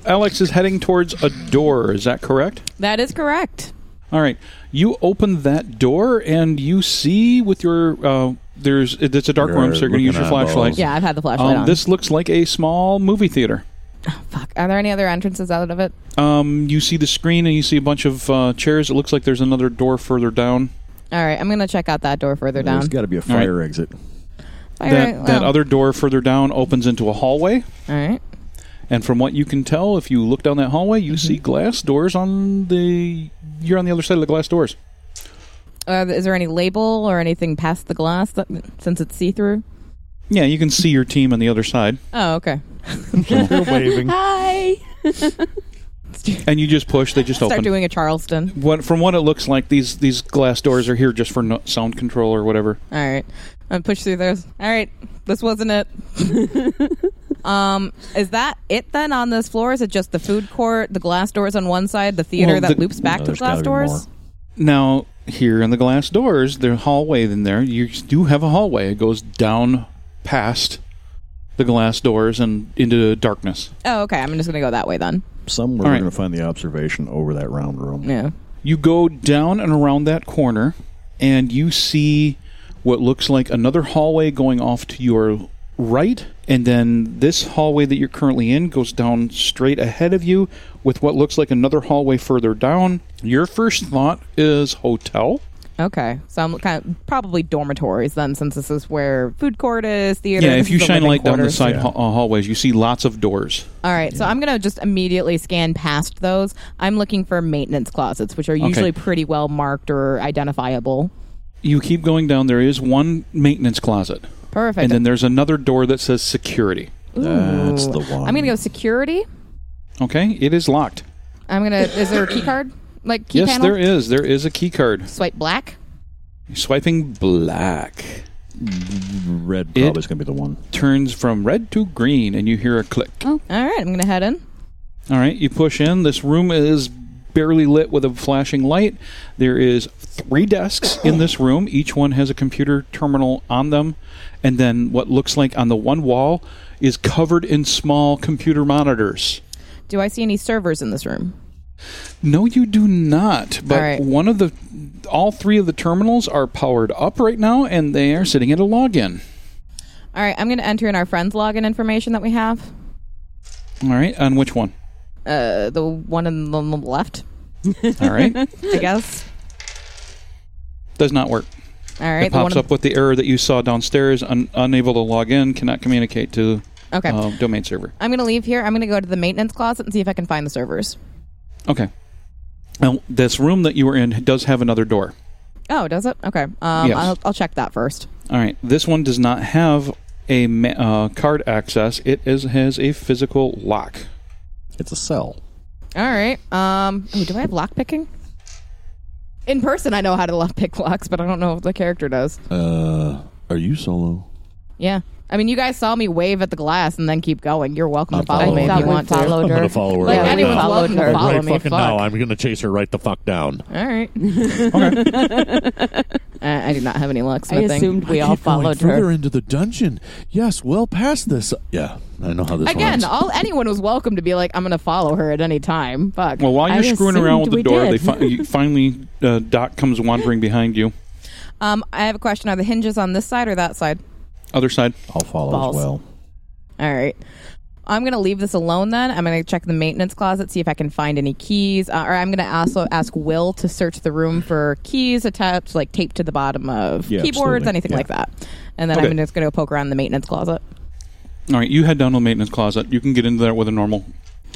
[SPEAKER 1] alex is heading towards a door is that correct
[SPEAKER 3] That is correct.
[SPEAKER 1] All right, you open that door and you see with your uh, there's it's a dark
[SPEAKER 2] You're
[SPEAKER 1] room, so you're going to use your
[SPEAKER 2] looking eyeballs.
[SPEAKER 1] flashlight.
[SPEAKER 3] Yeah, I've had the flashlight
[SPEAKER 1] Um,
[SPEAKER 3] on.
[SPEAKER 1] this looks like a small movie theater.
[SPEAKER 3] Fuck. Are there any other entrances out of it?
[SPEAKER 1] Um, you see the screen and you see a bunch of uh, chairs. It looks like there's another door further down.
[SPEAKER 3] All right. I'm gonna check out that door further down.
[SPEAKER 5] There's got to be a
[SPEAKER 1] right.
[SPEAKER 5] fire exit.
[SPEAKER 3] All
[SPEAKER 1] that,
[SPEAKER 3] right,
[SPEAKER 1] that
[SPEAKER 3] well,
[SPEAKER 1] other door further down opens into a hallway,
[SPEAKER 3] All right.
[SPEAKER 1] and from what you can tell, if you look down that hallway, you
[SPEAKER 3] Mm-hmm.
[SPEAKER 1] see glass doors on the. You're on the other side of the glass doors.
[SPEAKER 3] Uh, is there any label or anything past the glass that, since it's see through?
[SPEAKER 1] Yeah, you can see your team on the other side,
[SPEAKER 3] Oh, okay.
[SPEAKER 5] They're waving.
[SPEAKER 7] Hi.
[SPEAKER 1] and you just push. They just
[SPEAKER 3] Start
[SPEAKER 1] open.
[SPEAKER 3] doing a Charleston.
[SPEAKER 1] What, from what it looks like, these these glass doors are here just for no, sound control or whatever.
[SPEAKER 3] All right. I'm push through those. All right. This wasn't it. um, is that it then on this floor? Is it just the food court, the glass doors on one side, the theater
[SPEAKER 1] Well,
[SPEAKER 3] that
[SPEAKER 1] the-
[SPEAKER 3] loops back
[SPEAKER 5] No,
[SPEAKER 3] to
[SPEAKER 5] there's
[SPEAKER 3] the glass
[SPEAKER 5] gotta be
[SPEAKER 3] doors?
[SPEAKER 5] more.
[SPEAKER 1] Now, here in the glass doors, the hallway in there, you do have a hallway. It goes down past the glass doors and into darkness.
[SPEAKER 3] Oh, okay. I'm just gonna go that way then.
[SPEAKER 1] All
[SPEAKER 5] Somewhere we're
[SPEAKER 1] right.
[SPEAKER 5] going to find the observation over that round room.
[SPEAKER 3] Yeah.
[SPEAKER 1] You go down and around that corner, and you see what looks like another hallway going off to your right. And then this hallway that you're currently in goes down straight ahead of you with what looks like another hallway further down. Your first thought is hotel.
[SPEAKER 3] Okay. So I'm kind of probably dormitories then, since this is where food court is, theater.
[SPEAKER 1] Yeah,
[SPEAKER 3] this
[SPEAKER 1] if you
[SPEAKER 3] is the
[SPEAKER 1] shine
[SPEAKER 3] living
[SPEAKER 1] light down the
[SPEAKER 3] quarters.
[SPEAKER 1] side ha- uh, hallways, you see lots of doors.
[SPEAKER 3] All right, so I'm going to just immediately scan past those. I'm looking for maintenance closets, which are usually pretty well marked or identifiable.
[SPEAKER 1] You keep going down, there is one maintenance closet.
[SPEAKER 3] Perfect.
[SPEAKER 1] And then there's another door that says security.
[SPEAKER 5] That's the one.
[SPEAKER 3] I'm going to go security.
[SPEAKER 1] Okay? It is locked.
[SPEAKER 3] I'm gonna. Is there a key card? Like key
[SPEAKER 1] yes,
[SPEAKER 3] panel?
[SPEAKER 1] there is. There is a key card.
[SPEAKER 3] Swipe black.
[SPEAKER 1] Swiping black
[SPEAKER 5] Red
[SPEAKER 1] It-
[SPEAKER 5] probably is going to be the one.
[SPEAKER 1] turns from red to green, and you hear a click.
[SPEAKER 3] All right, I'm gonna head in.
[SPEAKER 1] All right, you push in. This room is barely lit with a flashing light. There is three desks in this room. Each one has a computer terminal on them, and then what looks like on the one wall is covered in small computer monitors.
[SPEAKER 3] Do I see any servers in this room?
[SPEAKER 1] No, you do not. But
[SPEAKER 3] All right.
[SPEAKER 1] one of the, all three of the terminals are powered up right now, and they are sitting at a login.
[SPEAKER 3] All right, I'm gonna enter in our friend's login information that we have.
[SPEAKER 1] All right, on which one?
[SPEAKER 3] Uh, the one on the on the left,
[SPEAKER 1] All right,
[SPEAKER 3] I guess.
[SPEAKER 1] does not work.
[SPEAKER 3] All right,
[SPEAKER 1] it
[SPEAKER 3] the one
[SPEAKER 1] pops up with the error that you saw downstairs, un- unable to log in, cannot communicate to
[SPEAKER 3] Okay,
[SPEAKER 1] uh, domain server.
[SPEAKER 3] I'm gonna leave here. I'm gonna go to the maintenance closet and see if I can find the servers.
[SPEAKER 1] Okay. Now, this room that you were in does have another door.
[SPEAKER 3] Oh, does it? Okay, um,
[SPEAKER 1] Yes.
[SPEAKER 3] I'll, I'll check that first.
[SPEAKER 1] All right, this one does not have a ma- uh, card access. It is has a physical lock.
[SPEAKER 5] It's a cell.
[SPEAKER 3] All right. Um, ooh, do I have lock picking? In person, I know how to lock pick locks, but I don't know if the character does.
[SPEAKER 2] Uh, are you solo?
[SPEAKER 3] Yeah. I mean, you guys saw me wave at the glass and then keep going. You're welcome
[SPEAKER 2] I'm
[SPEAKER 3] to follow
[SPEAKER 2] following
[SPEAKER 3] me if
[SPEAKER 2] you.
[SPEAKER 3] you want to.
[SPEAKER 7] I'm
[SPEAKER 3] All
[SPEAKER 7] followed
[SPEAKER 9] I'm
[SPEAKER 7] her.
[SPEAKER 9] gonna follow her.
[SPEAKER 3] Like,
[SPEAKER 9] right
[SPEAKER 3] anyone's
[SPEAKER 9] now.
[SPEAKER 3] welcome to
[SPEAKER 9] Right
[SPEAKER 3] follow me,
[SPEAKER 9] fucking
[SPEAKER 3] fuck.
[SPEAKER 9] now. I'm gonna chase her right the fuck down.
[SPEAKER 3] right. I, I do not have any luck
[SPEAKER 7] I
[SPEAKER 3] smithing.
[SPEAKER 7] assumed we all
[SPEAKER 2] Keep going
[SPEAKER 7] followed
[SPEAKER 2] further
[SPEAKER 7] her.
[SPEAKER 2] into the dungeon. Yes, well past this. Yeah, I know how this
[SPEAKER 3] Again,
[SPEAKER 2] runs.
[SPEAKER 3] all anyone was welcome to be like, I'm going to follow her at any time. Fuck.
[SPEAKER 1] Well, while
[SPEAKER 7] I
[SPEAKER 1] you're screwing around
[SPEAKER 7] assumed
[SPEAKER 1] with the
[SPEAKER 7] we
[SPEAKER 1] door,
[SPEAKER 7] did.
[SPEAKER 1] they fi- you- finally uh, Doc comes wandering behind you.
[SPEAKER 3] Um, I have a question. Are the hinges on this side or that side?
[SPEAKER 1] Other side.
[SPEAKER 5] I'll follow
[SPEAKER 3] Balls.
[SPEAKER 5] as well.
[SPEAKER 3] All right. I'm going to leave this alone then. I'm going to check the maintenance closet, see if I can find any keys. Uh, or I'm going to also ask Will to search the room for keys attached, like taped to the bottom of
[SPEAKER 5] Yeah,
[SPEAKER 3] keyboards,
[SPEAKER 5] absolutely.
[SPEAKER 3] anything
[SPEAKER 5] Yeah.
[SPEAKER 3] like that. And then
[SPEAKER 1] Okay.
[SPEAKER 3] I'm just going to poke around the maintenance closet.
[SPEAKER 1] All right, you head down to the maintenance closet. You can get into there with a normal,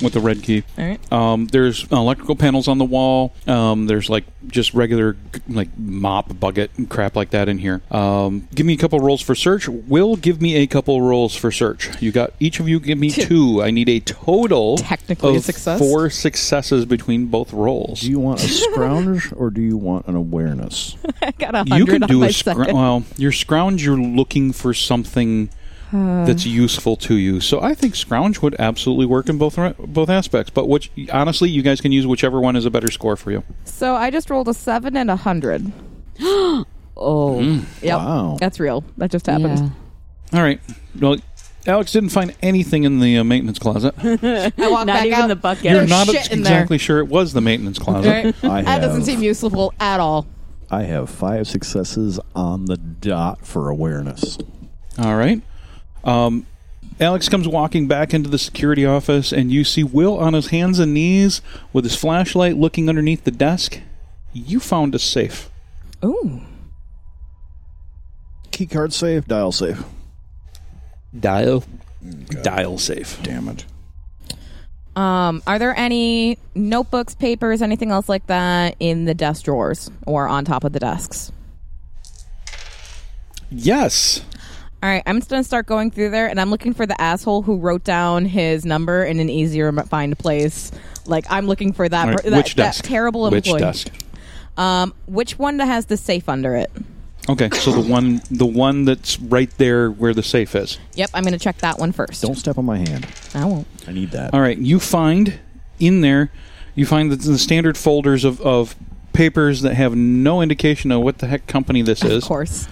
[SPEAKER 1] with the red key.
[SPEAKER 3] All right.
[SPEAKER 1] Um, there's electrical panels on the wall. Um, there's like just regular like mop, bucket, and crap like that in here. Um, give me a couple rolls for search. Will give me a couple rolls for search. You got each of you. Give me two. I need a total
[SPEAKER 3] Technically a
[SPEAKER 1] of
[SPEAKER 3] success.
[SPEAKER 1] four successes between both rolls.
[SPEAKER 5] Do you want a scrounge or do you want an awareness?
[SPEAKER 3] I got a
[SPEAKER 1] you
[SPEAKER 3] 100
[SPEAKER 1] could
[SPEAKER 3] on
[SPEAKER 1] do
[SPEAKER 3] my
[SPEAKER 1] a oh. scrounge.
[SPEAKER 3] second.
[SPEAKER 1] Well, your scrounge, you're looking for something that's useful to you. So I think scrounge would absolutely work in both both aspects. But which honestly, you guys can use whichever one is a better score for you.
[SPEAKER 3] So I just rolled a 7 and a 100.
[SPEAKER 7] Oh,
[SPEAKER 1] Mm.
[SPEAKER 3] Yep.
[SPEAKER 5] Wow.
[SPEAKER 3] That's real. That just happened.
[SPEAKER 7] yeah.
[SPEAKER 1] All right. Well, Alex didn't find anything in the uh, maintenance closet.
[SPEAKER 3] I walked
[SPEAKER 7] Not
[SPEAKER 3] back
[SPEAKER 7] even
[SPEAKER 3] out.
[SPEAKER 7] the bucket.
[SPEAKER 1] You're
[SPEAKER 3] There's
[SPEAKER 1] not
[SPEAKER 3] shit in there.
[SPEAKER 1] exactly sure it was the maintenance closet.
[SPEAKER 3] Right?
[SPEAKER 5] I
[SPEAKER 3] That doesn't
[SPEAKER 5] have,
[SPEAKER 3] seem useful at all.
[SPEAKER 5] I have five successes on the dot for awareness.
[SPEAKER 1] All right. Um, Alex comes walking back into the security office, and you see Will on his hands and knees with his flashlight looking underneath the desk. You found a safe.
[SPEAKER 3] Ooh.
[SPEAKER 5] Key card safe, dial safe.
[SPEAKER 1] Dial. Dial safe.
[SPEAKER 5] Mm, Damn it.
[SPEAKER 3] Um, are there any notebooks, papers, anything else like that in the desk drawers or on top of the desks?
[SPEAKER 1] Yes.
[SPEAKER 3] All right, I'm just gonna start going through there, and I'm looking for the asshole who wrote down his number in an easier to find place. Like I'm looking for that
[SPEAKER 1] All right,
[SPEAKER 3] per- that,
[SPEAKER 1] Which
[SPEAKER 3] that
[SPEAKER 1] desk?
[SPEAKER 3] terrible
[SPEAKER 1] Which
[SPEAKER 3] employee.
[SPEAKER 1] desk?
[SPEAKER 3] Um, which one that has the safe under it?
[SPEAKER 1] Okay, so the one the one that's right there where the safe is.
[SPEAKER 3] Yep, I'm gonna check that one first.
[SPEAKER 5] Don't step on my hand.
[SPEAKER 3] I won't.
[SPEAKER 5] I need that.
[SPEAKER 1] All right, you find in there, you find the, the standard folders of, of papers that have no indication of what the heck company this
[SPEAKER 3] Of
[SPEAKER 1] is.
[SPEAKER 3] course,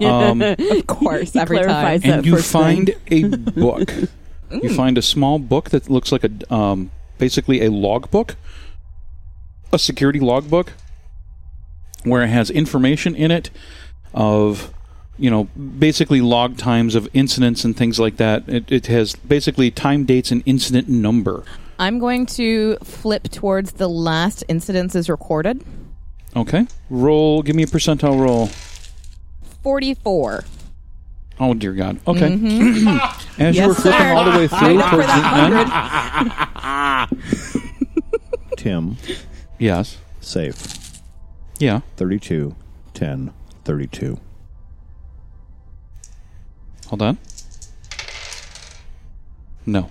[SPEAKER 1] Um,
[SPEAKER 3] of course,
[SPEAKER 7] He
[SPEAKER 3] every time.
[SPEAKER 7] clarifies that
[SPEAKER 1] and you
[SPEAKER 7] first thing.
[SPEAKER 1] find a book. you
[SPEAKER 3] Mm.
[SPEAKER 1] find a small book that looks like a um, basically a logbook, a security logbook, where it has information in it of you know basically log times of incidents and things like that. It, it has basically time dates and incident number.
[SPEAKER 3] I'm going to flip towards the last incidents is recorded.
[SPEAKER 1] Okay, roll. Give me a percentile roll.
[SPEAKER 3] Forty-four.
[SPEAKER 1] Oh dear God. Okay. As you
[SPEAKER 3] Mm-hmm. Yes,
[SPEAKER 1] were flipping
[SPEAKER 3] sir.
[SPEAKER 1] all the way
[SPEAKER 3] I
[SPEAKER 1] through
[SPEAKER 3] look for
[SPEAKER 1] towards
[SPEAKER 3] that
[SPEAKER 1] the end,
[SPEAKER 3] hundred.
[SPEAKER 5] Tim,
[SPEAKER 1] yes,
[SPEAKER 5] safe.
[SPEAKER 1] yeah.
[SPEAKER 5] 32, 10, 32.
[SPEAKER 1] Hold on. No.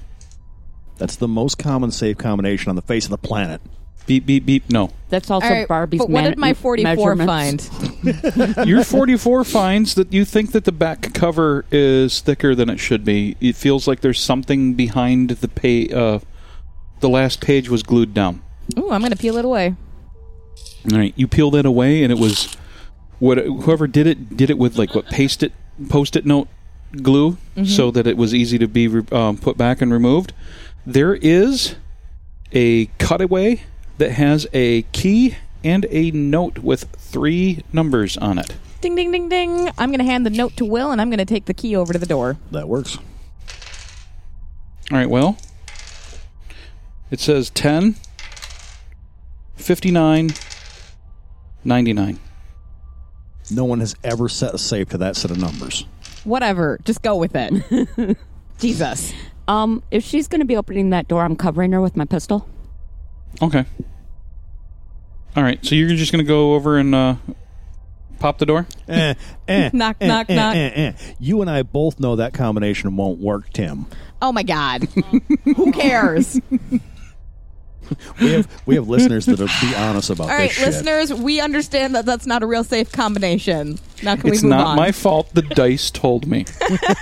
[SPEAKER 5] That's the most common safe combination on the face of the planet.
[SPEAKER 1] Beep, beep, beep. No.
[SPEAKER 7] That's also
[SPEAKER 3] All right,
[SPEAKER 7] Barbie's.
[SPEAKER 3] but what
[SPEAKER 7] man-
[SPEAKER 3] did my 44
[SPEAKER 7] measurements.
[SPEAKER 3] find?
[SPEAKER 1] Your 44 finds that you think that the back cover is thicker than it should be. It feels like there's something behind the pay. Uh, the last page was glued down.
[SPEAKER 3] Ooh, I'm going to peel it away.
[SPEAKER 1] All right, you peel that away, and it was what whoever did it did it with like what paste it post it note glue, so that it was easy to be re- um, put back and removed. There is a cutaway that has a key and a note with three numbers on it.
[SPEAKER 3] Ding, ding, ding, ding. I'm going to hand the note to Will, and I'm going to take the key over to the door.
[SPEAKER 5] That works.
[SPEAKER 1] All right, well, it says 10, 59, 99.
[SPEAKER 5] No one has ever set a safe to that set of numbers.
[SPEAKER 3] Whatever. Just go with it. Jesus.
[SPEAKER 7] Um, if she's going to be opening that door, I'm covering her with my pistol.
[SPEAKER 1] Okay. All right, so you're just going to go over and uh, pop the door?
[SPEAKER 5] Eh, eh,
[SPEAKER 3] Knock, knock, knock.
[SPEAKER 5] eh. You and I both know that combination won't work, Tim.
[SPEAKER 3] Oh, my God. Who cares?
[SPEAKER 5] We have we have listeners that'll be honest about
[SPEAKER 3] All
[SPEAKER 5] this
[SPEAKER 3] right,
[SPEAKER 5] shit.
[SPEAKER 3] listeners, we understand that that's not a real safe combination. Now can
[SPEAKER 1] it's
[SPEAKER 3] we move
[SPEAKER 1] not
[SPEAKER 3] on?
[SPEAKER 1] my fault. The dice told me.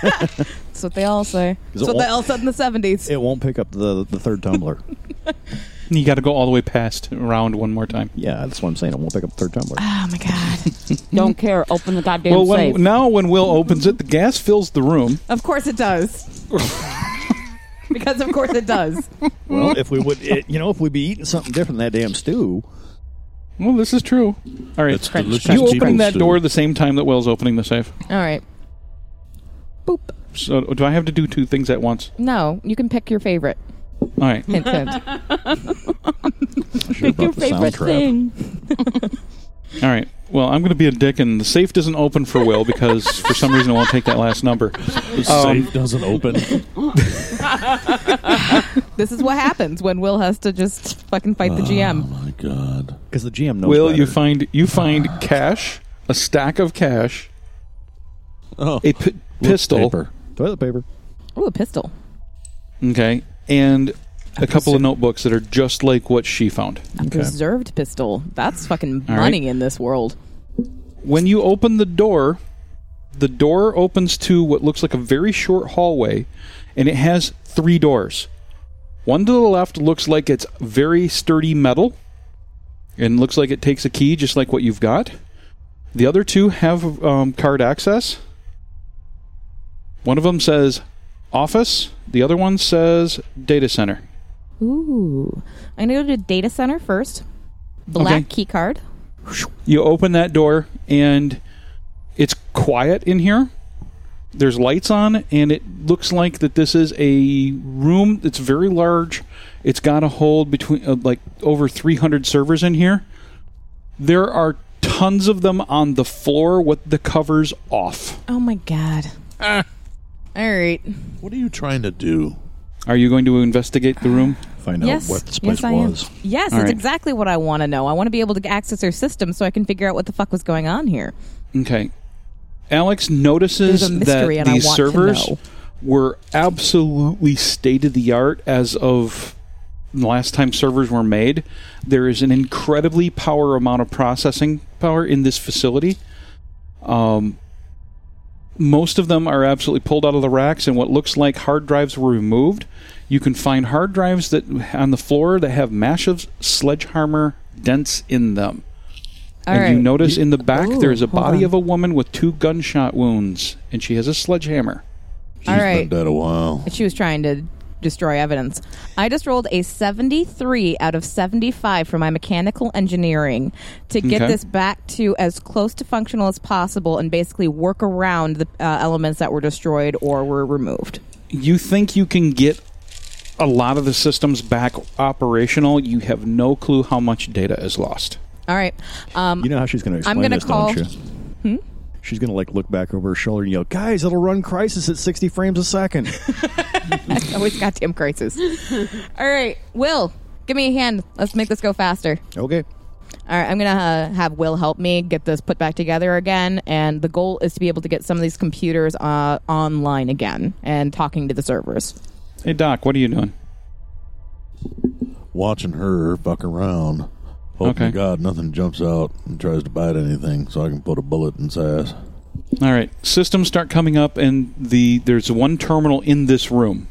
[SPEAKER 3] That's what they all say.
[SPEAKER 5] it
[SPEAKER 3] That's what they
[SPEAKER 5] all-
[SPEAKER 3] all said in the 70s.
[SPEAKER 5] It won't pick up the the third tumbler.
[SPEAKER 1] you got to go all the way past round one more time.
[SPEAKER 5] yeah, that's what I'm saying. It won't pick up the third tumbler.
[SPEAKER 3] Oh, my God.
[SPEAKER 7] Don't care. Open the goddamn
[SPEAKER 1] Well,
[SPEAKER 7] safe.
[SPEAKER 1] when, now when Will opens it, the gas fills the room.
[SPEAKER 3] Of course it does. because of course it does.
[SPEAKER 5] Well, if we would, it, you know, if we'd be eating something different than that damn stew,
[SPEAKER 1] Well, this is true. All right,
[SPEAKER 2] That's delicious
[SPEAKER 1] you
[SPEAKER 2] chicken
[SPEAKER 1] opening that
[SPEAKER 2] stew.
[SPEAKER 1] door the same time that Will's opening the safe.
[SPEAKER 3] All right.
[SPEAKER 1] So, do I have to do two things at once?
[SPEAKER 3] No, you can pick your favorite.
[SPEAKER 1] All right.
[SPEAKER 3] Hint, hint.
[SPEAKER 5] pick
[SPEAKER 7] Your favorite thing.
[SPEAKER 1] All right. Well, I'm going to be a dick, and the safe doesn't open for Will because for some reason I won't take that last number.
[SPEAKER 2] The
[SPEAKER 3] Oh.
[SPEAKER 2] safe doesn't open.
[SPEAKER 3] this is what happens when Will has to just fucking fight the
[SPEAKER 2] Oh
[SPEAKER 3] GM.
[SPEAKER 2] my god.
[SPEAKER 5] because the GM knows.
[SPEAKER 1] Will, you
[SPEAKER 5] better.
[SPEAKER 1] find you find cash, a stack of cash,
[SPEAKER 2] Oh,
[SPEAKER 1] a p- pistol,
[SPEAKER 2] paper.
[SPEAKER 5] toilet paper?
[SPEAKER 1] Uh,
[SPEAKER 3] Ooh, a pistol.
[SPEAKER 1] okay, and a couple of notebooks that are just like what she found.
[SPEAKER 3] Preserved pistol. That's fucking
[SPEAKER 1] All right.
[SPEAKER 3] money in this world.
[SPEAKER 1] When you open the door, the door opens to what looks like a very short hallway, and it has three doors. One to the left looks like it's very sturdy metal, and looks like it takes a key just like what you've got. The other two have um, card access. One of them says office, the other one says data center.
[SPEAKER 3] Ooh. I'm going to go to data center first. Black
[SPEAKER 1] Okay.
[SPEAKER 3] key card.
[SPEAKER 1] you open that door and it's quiet in here there's lights on and it looks like that this is a room that's very large it's got a hold between uh, like over 300 servers in here there are tons of them on the floor with the covers off
[SPEAKER 3] Oh my god.
[SPEAKER 1] Ah.
[SPEAKER 3] All right.
[SPEAKER 2] What are you trying to do?
[SPEAKER 1] are you going to investigate the room
[SPEAKER 5] Find
[SPEAKER 3] Yes.
[SPEAKER 5] out what this place
[SPEAKER 3] Yes, I am.
[SPEAKER 5] was.
[SPEAKER 3] Yes,
[SPEAKER 1] All
[SPEAKER 3] it's
[SPEAKER 1] right.
[SPEAKER 3] exactly what I want to know. I want to be able to access their system so I can figure out what the fuck was going on here.
[SPEAKER 1] Okay. Alex notices
[SPEAKER 3] There's a mystery
[SPEAKER 1] that
[SPEAKER 3] and I
[SPEAKER 1] these
[SPEAKER 3] want to
[SPEAKER 1] servers
[SPEAKER 3] know.
[SPEAKER 1] were absolutely state of the art as of the last time servers were made. There is an incredibly power amount of processing power in this facility. Um, most of them are absolutely pulled out of the racks, and what looks like hard drives were removed. You can find hard drives that on the floor that have massive sledgehammer dents in them
[SPEAKER 3] All
[SPEAKER 1] and
[SPEAKER 3] right.
[SPEAKER 1] you notice in the back
[SPEAKER 3] Ooh,
[SPEAKER 1] there is a
[SPEAKER 3] Oh, hold
[SPEAKER 1] body
[SPEAKER 3] on.
[SPEAKER 1] of a woman with two gunshot wounds, and she has a sledgehammer.
[SPEAKER 2] She's
[SPEAKER 3] All
[SPEAKER 2] been
[SPEAKER 3] right.
[SPEAKER 2] dead a while.
[SPEAKER 3] she was trying to destroy evidence. I just rolled a 73 out of 75 for my mechanical engineering to get
[SPEAKER 1] Okay.
[SPEAKER 3] this back to as close to functional as possible and basically work around the uh, elements that were destroyed or were removed.
[SPEAKER 1] You think you can get a lot of the systems back operational? You have no clue how much data is lost.
[SPEAKER 3] All right. Um,
[SPEAKER 5] You know how she's going to explain
[SPEAKER 3] gonna
[SPEAKER 5] this,
[SPEAKER 3] call- Hmm?
[SPEAKER 5] don't you? She's going to like look back over her shoulder and yell, "Guys, it'll run Crisis at 60 frames a second.
[SPEAKER 3] always goddamn crisis. All right, Will, give me a hand. Let's make this go faster.
[SPEAKER 5] okay.
[SPEAKER 3] All right, I'm gonna uh, have Will help me get this put back together again, and the goal is to be able to get some of these computers uh, online again and talking to the servers.
[SPEAKER 1] Hey, Doc, what are you doing?
[SPEAKER 2] watching her fuck around. Hoping
[SPEAKER 1] Okay.
[SPEAKER 2] to God nothing jumps out and tries to bite anything, so I can put a bullet in its ass.
[SPEAKER 1] All right, systems start coming up, and the there's one terminal in this room,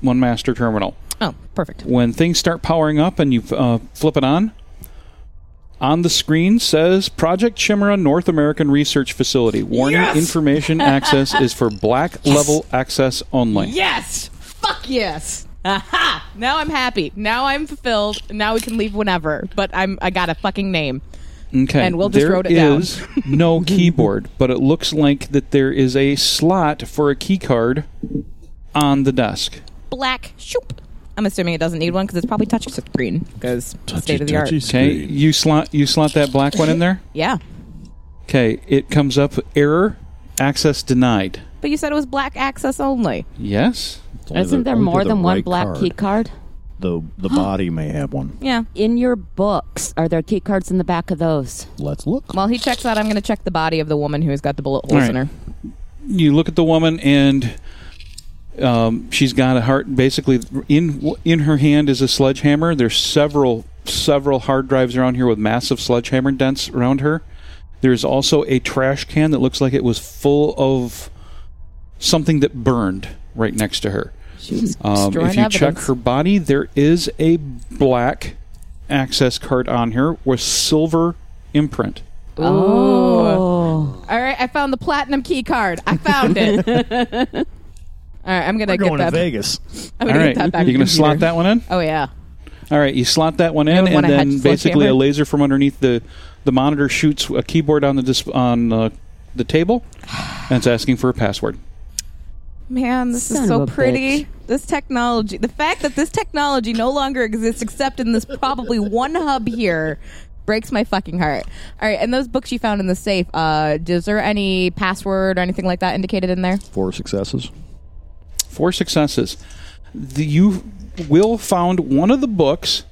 [SPEAKER 1] one master terminal.
[SPEAKER 3] Oh, perfect.
[SPEAKER 1] When things start powering up and you uh, flip it on, on the screen says Project Chimera North American Research Facility. Warning: Information access is for black level access only.
[SPEAKER 3] Yes. Fuck yes. Aha! Now I'm happy. Now I'm fulfilled. Now we can leave whenever. But I'm I got a fucking name.
[SPEAKER 1] Okay.
[SPEAKER 3] And we'll just
[SPEAKER 1] There
[SPEAKER 3] wrote it down.
[SPEAKER 1] is no keyboard, but it looks like that there is a slot for a key card on the desk.
[SPEAKER 3] Black shoop. I'm assuming it doesn't need one because it's probably touch screen because state of the art.
[SPEAKER 2] touchy
[SPEAKER 1] Okay.
[SPEAKER 2] screen.
[SPEAKER 1] You slot you slot that black one in there?
[SPEAKER 3] Yeah,
[SPEAKER 1] Okay. It comes up error, access denied.
[SPEAKER 3] but you said it was black access only.
[SPEAKER 1] Yes.
[SPEAKER 5] It's only
[SPEAKER 7] Isn't
[SPEAKER 5] the-
[SPEAKER 7] there
[SPEAKER 5] only
[SPEAKER 7] more
[SPEAKER 5] the
[SPEAKER 7] than one
[SPEAKER 5] right
[SPEAKER 7] black
[SPEAKER 5] card.
[SPEAKER 7] key card?
[SPEAKER 5] The the body may have one.
[SPEAKER 3] Yeah.
[SPEAKER 7] In your books, are there key cards in the back of those?
[SPEAKER 5] Let's look.
[SPEAKER 3] While he checks that, I'm going to check the body of the woman who's got the bullet holes
[SPEAKER 1] All right.
[SPEAKER 3] in her.
[SPEAKER 1] You look at the woman and um, she's got a heart. Basically, in in her hand is a sledgehammer. There's several several hard drives around here with massive sledgehammer dents around her. There's also a trash can that looks like it was full of something that burned right next to her. Um,
[SPEAKER 3] destroying
[SPEAKER 1] if you check
[SPEAKER 3] evidence.
[SPEAKER 1] her body, there is a black access card on her with silver imprint.
[SPEAKER 7] Oh.
[SPEAKER 3] All right, I found the platinum key card. I found it. All right, I'm going to get
[SPEAKER 5] Going to
[SPEAKER 3] that.
[SPEAKER 5] Vegas.
[SPEAKER 3] I'm
[SPEAKER 1] All
[SPEAKER 3] gonna
[SPEAKER 1] right,
[SPEAKER 3] get that back.
[SPEAKER 1] you're going to
[SPEAKER 3] to
[SPEAKER 1] slot that one in.
[SPEAKER 3] Oh yeah.
[SPEAKER 1] All right, you slot that one in,
[SPEAKER 3] Another one
[SPEAKER 1] and
[SPEAKER 3] I had
[SPEAKER 1] then
[SPEAKER 3] to slot
[SPEAKER 1] basically a
[SPEAKER 3] hammer.
[SPEAKER 1] laser from underneath the, the monitor shoots a keyboard on the dis- on uh, the table, and it's asking for a password.
[SPEAKER 3] Man, this
[SPEAKER 7] Son
[SPEAKER 3] is so
[SPEAKER 7] of a
[SPEAKER 3] pretty.
[SPEAKER 7] bitch.
[SPEAKER 3] This technology, the fact that this technology no longer exists except in this probably one hub here, breaks my fucking heart. All right, and those books you found in the safe, uh, is there any password or anything like that indicated in there?
[SPEAKER 5] Four successes.
[SPEAKER 1] Four successes. The, you will found one of the books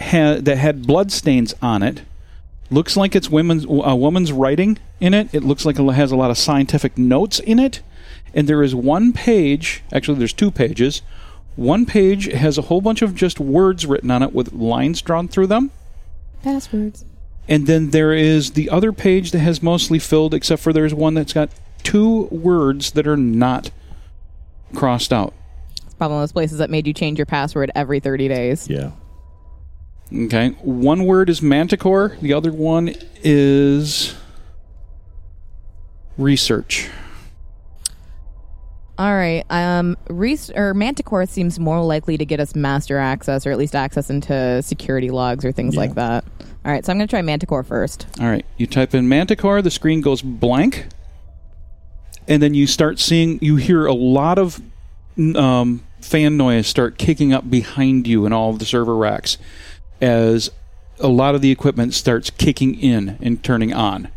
[SPEAKER 1] ha- that had blood stains on it. Looks like it's women's a woman's writing in it. It looks like it has a lot of scientific notes in it, and there is one page. Actually, there's two pages. One page has a whole bunch of just words written on it with lines drawn through them.
[SPEAKER 3] Passwords.
[SPEAKER 1] And then there is the other page that has mostly filled, except for there's one that's got two words that are not crossed out.
[SPEAKER 3] It's probably one of those places that made you change your password every 30 days.
[SPEAKER 5] Yeah.
[SPEAKER 1] Okay. One word is manticore, the other one is research.
[SPEAKER 3] All right. Um, Reese or Manticore seems more likely to get us master access, or at least access into security logs or things like that. All right, so I'm going to try Manticore first.
[SPEAKER 1] All right. You type in manticore, the screen goes blank. And then you start seeing, you hear a lot of n- um, fan noise start kicking up behind you in all of the server racks as a lot of the equipment starts kicking in and turning on.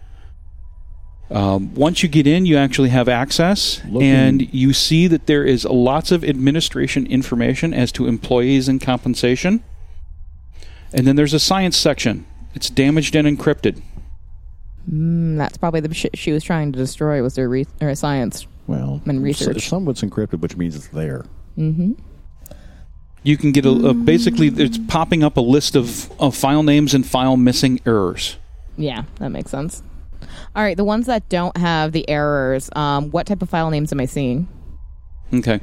[SPEAKER 1] Um, once you get in, you actually have access, and you see that there is lots of administration information as to employees and compensation. And then there's a science section. It's damaged and encrypted.
[SPEAKER 3] Mm, that's probably the shit she was trying to destroy was their re- or science.
[SPEAKER 5] Well,
[SPEAKER 3] And research.
[SPEAKER 5] so- Some of it's encrypted, which means it's there.
[SPEAKER 3] Mm-hmm.
[SPEAKER 1] You can get a, a basically it's popping up a list of, of file names and file missing errors.
[SPEAKER 3] Yeah, that makes sense. All right, the ones that don't have the errors, um, what type of file names am I seeing?
[SPEAKER 1] Okay.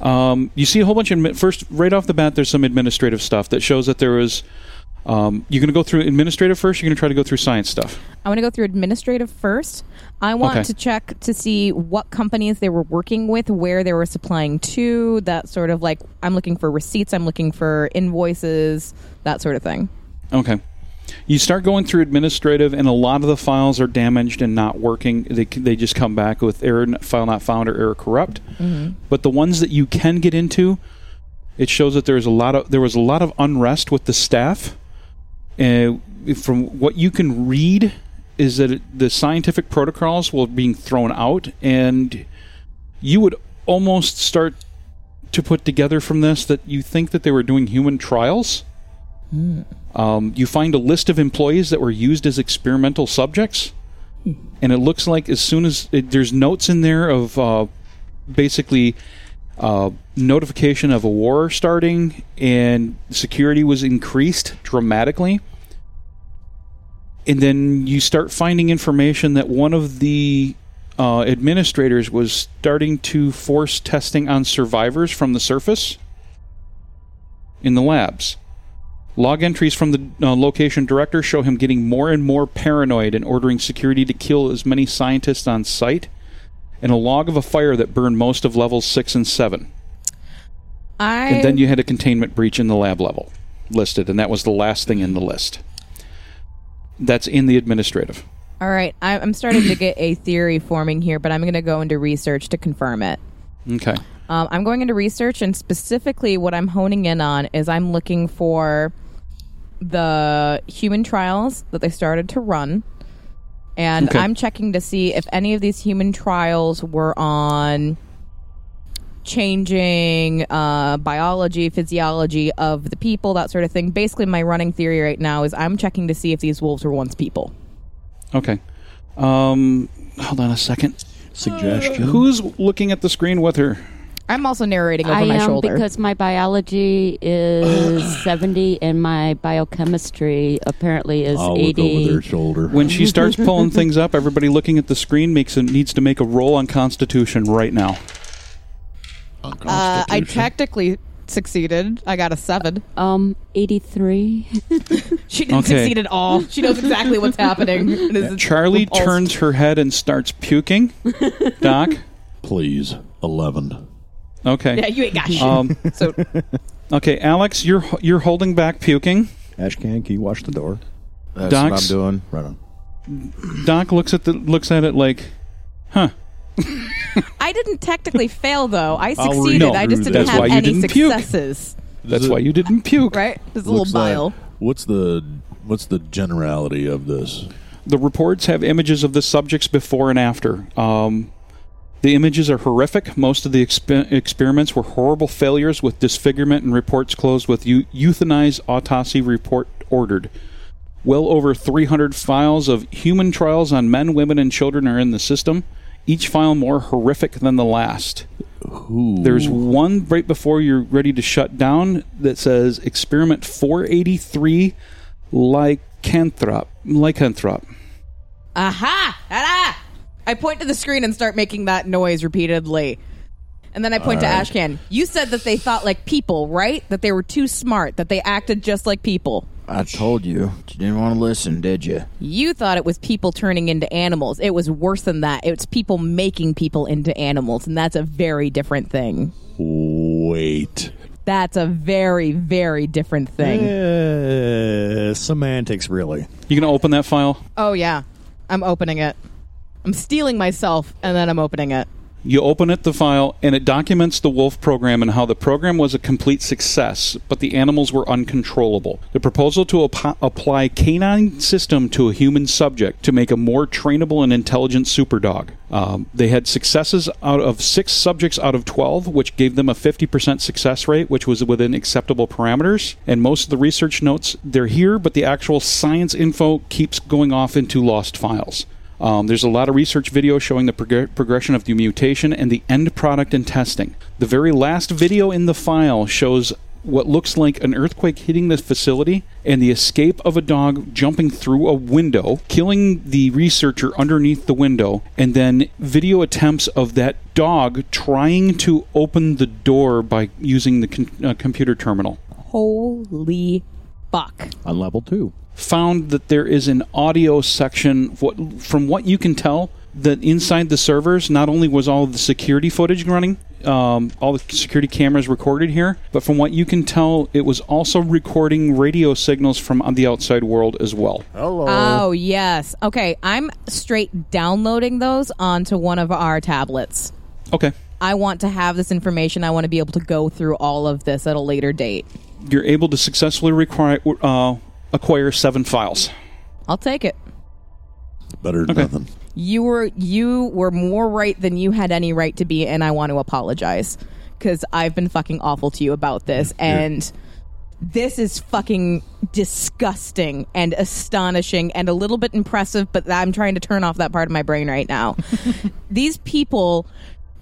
[SPEAKER 1] Um, you see a whole bunch of admi- first right off the bat. There's some administrative stuff that shows that there was. Um, you're going to go through administrative first. You're going to try to go through science stuff.
[SPEAKER 3] I want to go through administrative first. I want
[SPEAKER 1] Okay.
[SPEAKER 3] to check to see what companies they were working with, where they were supplying to, that sort of like I'm looking for receipts, I'm looking for invoices, that sort of thing.
[SPEAKER 1] Okay. You start going through administrative, and a lot of the files are damaged and not working. They, they just come back with error n- file not found or error corrupt. But the ones that you can get into, it shows that there's a lot of there was a lot of unrest with the staff. Uh, from what you can read, is that it, the scientific protocols were being thrown out, and you would almost start to put together from this that you think that they were doing human trials. Um, you find a list of employees that were used as experimental subjects, and it looks like as soon as it, there's notes in there of uh, basically uh, notification of a war starting, and security was increased dramatically. And then you start finding information that one of the uh, administrators was starting to force testing on survivors from the surface in the labs. Log entries from the uh, location director show him getting more and more paranoid and ordering security to kill as many scientists on site, and a log of a fire that burned most of levels 6 and 7.
[SPEAKER 3] I
[SPEAKER 1] And then you had a containment breach in the lab level listed, and that was the last thing in the list. That's in the administrative.
[SPEAKER 3] all right. I, I'm starting to get a theory forming here, but I'm going to go into research to confirm it.
[SPEAKER 1] Okay.
[SPEAKER 3] Um, I'm going into research, and specifically, what I'm honing in on is I'm looking for the human trials that they started to run, and
[SPEAKER 1] Okay.
[SPEAKER 3] I'm checking to see if any of these human trials were on changing uh, biology, physiology of the people, that sort of thing. Basically, my running theory right now is I'm checking to see if these wolves were once people.
[SPEAKER 1] Okay. Um, hold on a second.
[SPEAKER 5] Suggestion.
[SPEAKER 1] Who's looking at the screen with her?
[SPEAKER 3] I'm also narrating over
[SPEAKER 7] I
[SPEAKER 3] my
[SPEAKER 7] am
[SPEAKER 3] shoulder.
[SPEAKER 7] because my biology is 70 and my biochemistry apparently is
[SPEAKER 5] Oh,
[SPEAKER 2] I'll look
[SPEAKER 7] 80.
[SPEAKER 2] over their shoulder.
[SPEAKER 1] When she starts pulling things up, everybody looking at the screen makes a, needs to make a roll on Constitution right now.
[SPEAKER 3] uh, I
[SPEAKER 2] Constitution.
[SPEAKER 3] technically succeeded. I got a seven.
[SPEAKER 7] Um, 83.
[SPEAKER 3] She didn't
[SPEAKER 1] Okay.
[SPEAKER 3] succeed at all. She knows exactly what's happening. and is
[SPEAKER 1] Charlie
[SPEAKER 3] repulsed.
[SPEAKER 1] turns her head and starts puking. Doc.
[SPEAKER 2] Please, 11.
[SPEAKER 1] Okay.
[SPEAKER 3] Yeah, you ain't got shit.
[SPEAKER 1] Um,
[SPEAKER 3] so
[SPEAKER 1] okay, Alex, you're you're holding back puking.
[SPEAKER 5] Ashcan, can you watch the door?
[SPEAKER 4] That's
[SPEAKER 1] Docs?
[SPEAKER 4] what I'm doing.
[SPEAKER 5] Right on.
[SPEAKER 1] Doc looks at the looks at it like, huh?
[SPEAKER 3] I didn't technically fail though. I
[SPEAKER 5] I'll
[SPEAKER 3] succeeded.
[SPEAKER 1] redo
[SPEAKER 3] I just didn't
[SPEAKER 1] Oh, That's
[SPEAKER 3] have
[SPEAKER 1] why you
[SPEAKER 3] any
[SPEAKER 1] didn't puke.
[SPEAKER 3] successes.
[SPEAKER 1] That's why you didn't puke.
[SPEAKER 3] Right? There's a little
[SPEAKER 2] Looks like-
[SPEAKER 3] bile.
[SPEAKER 2] what's the what's the generality of this?
[SPEAKER 1] The reports have images of the subjects before and after. Um, the images are horrific. Most of the expe- experiments were horrible failures with disfigurement and reports closed with eu- euthanize autopsy report ordered. Well over 300 files of human trials on men, women, and children are in the system, each file more horrific than the last. There's one right before you're ready to shut down that says experiment 483 lycanthrop. Lycanthrop.
[SPEAKER 3] Aha! Ta-da! I point to the screen and start making that noise repeatedly. And then I point to Ashcan. You said that they thought like people, right? That they were too smart, that they acted just like people.
[SPEAKER 4] I told you. You didn't want to listen, did you?
[SPEAKER 3] You thought it was people turning into animals. It was worse than that. It's people making people into animals, and that's a very different thing.
[SPEAKER 2] Wait.
[SPEAKER 3] That's a very, very different thing.
[SPEAKER 5] Uh, semantics, really.
[SPEAKER 1] You gonna open that file?
[SPEAKER 3] Oh, yeah. I'm opening it. I'm stealing myself, and then I'm opening it.
[SPEAKER 1] You open it the file, and it documents the wolf program and how the program was a complete success, but the animals were uncontrollable. The proposal to ap- apply canine system to a human subject to make a more trainable and intelligent superdog. Um, they had successes out of six subjects out of twelve, which gave them a fifty percent success rate, which was within acceptable parameters. And most of the research notes they're here, but the actual science info keeps going off into lost files. Um, there's a lot of research video showing the prog- progression of the mutation and the end product in testing. The very last video in the file shows what looks like an earthquake hitting the facility and the escape of a dog jumping through a window, killing the researcher underneath the window, and then video attempts of that dog trying to open the door by using the con- uh, computer terminal.
[SPEAKER 3] Holy fuck.
[SPEAKER 5] On level two.
[SPEAKER 1] found that there is an audio section. What, from what you can tell, that inside the servers, not only was all the security footage running, um, all the security cameras recorded here, but from what you can tell, it was also recording radio signals from the outside world as well.
[SPEAKER 3] Oh, yes. Okay, I'm straight downloading those onto one of our tablets.
[SPEAKER 1] Okay.
[SPEAKER 3] I want to have this information. I want to be able to go through all of this at a later date.
[SPEAKER 1] You're able to successfully require, uh, acquire seven files.
[SPEAKER 3] I'll take it.
[SPEAKER 2] Better than
[SPEAKER 1] Okay.
[SPEAKER 2] nothing.
[SPEAKER 3] You were you were more right than you had any right to be, and I want to apologize because I've been fucking awful to you about this, and this is fucking disgusting and astonishing and a little bit impressive. But I'm trying to turn off that part of my brain right now. These people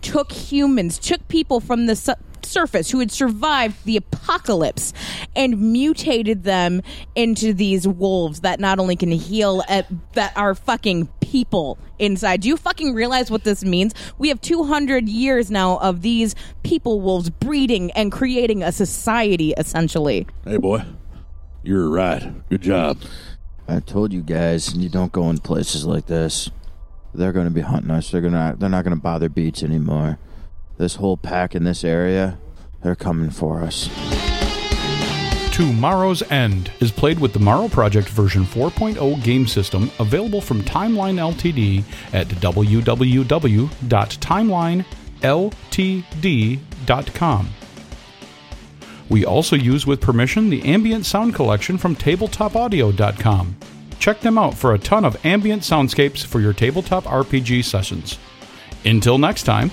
[SPEAKER 3] took humans, took people from the su- surface who had survived the apocalypse and mutated them into these wolves that not only can heal at, that are fucking people inside. Do you fucking realize what this means? We have 200 years now of these people wolves breeding and creating a society essentially.
[SPEAKER 2] Hey, boy. You're right. Good job.
[SPEAKER 4] I told you guys, you don't go in places like this. They're going to be hunting us. They're gonna. They're not going to bother beats anymore. This whole pack in this area, they're coming for us.
[SPEAKER 1] Tomorrow's End is played with the Morrow Project version 4.0 game system available from Timeline Ltd at www.timelineltd.com. We also use with permission the ambient sound collection from tabletopaudio.com. Check them out for a ton of ambient soundscapes for your tabletop RPG sessions. Until next time,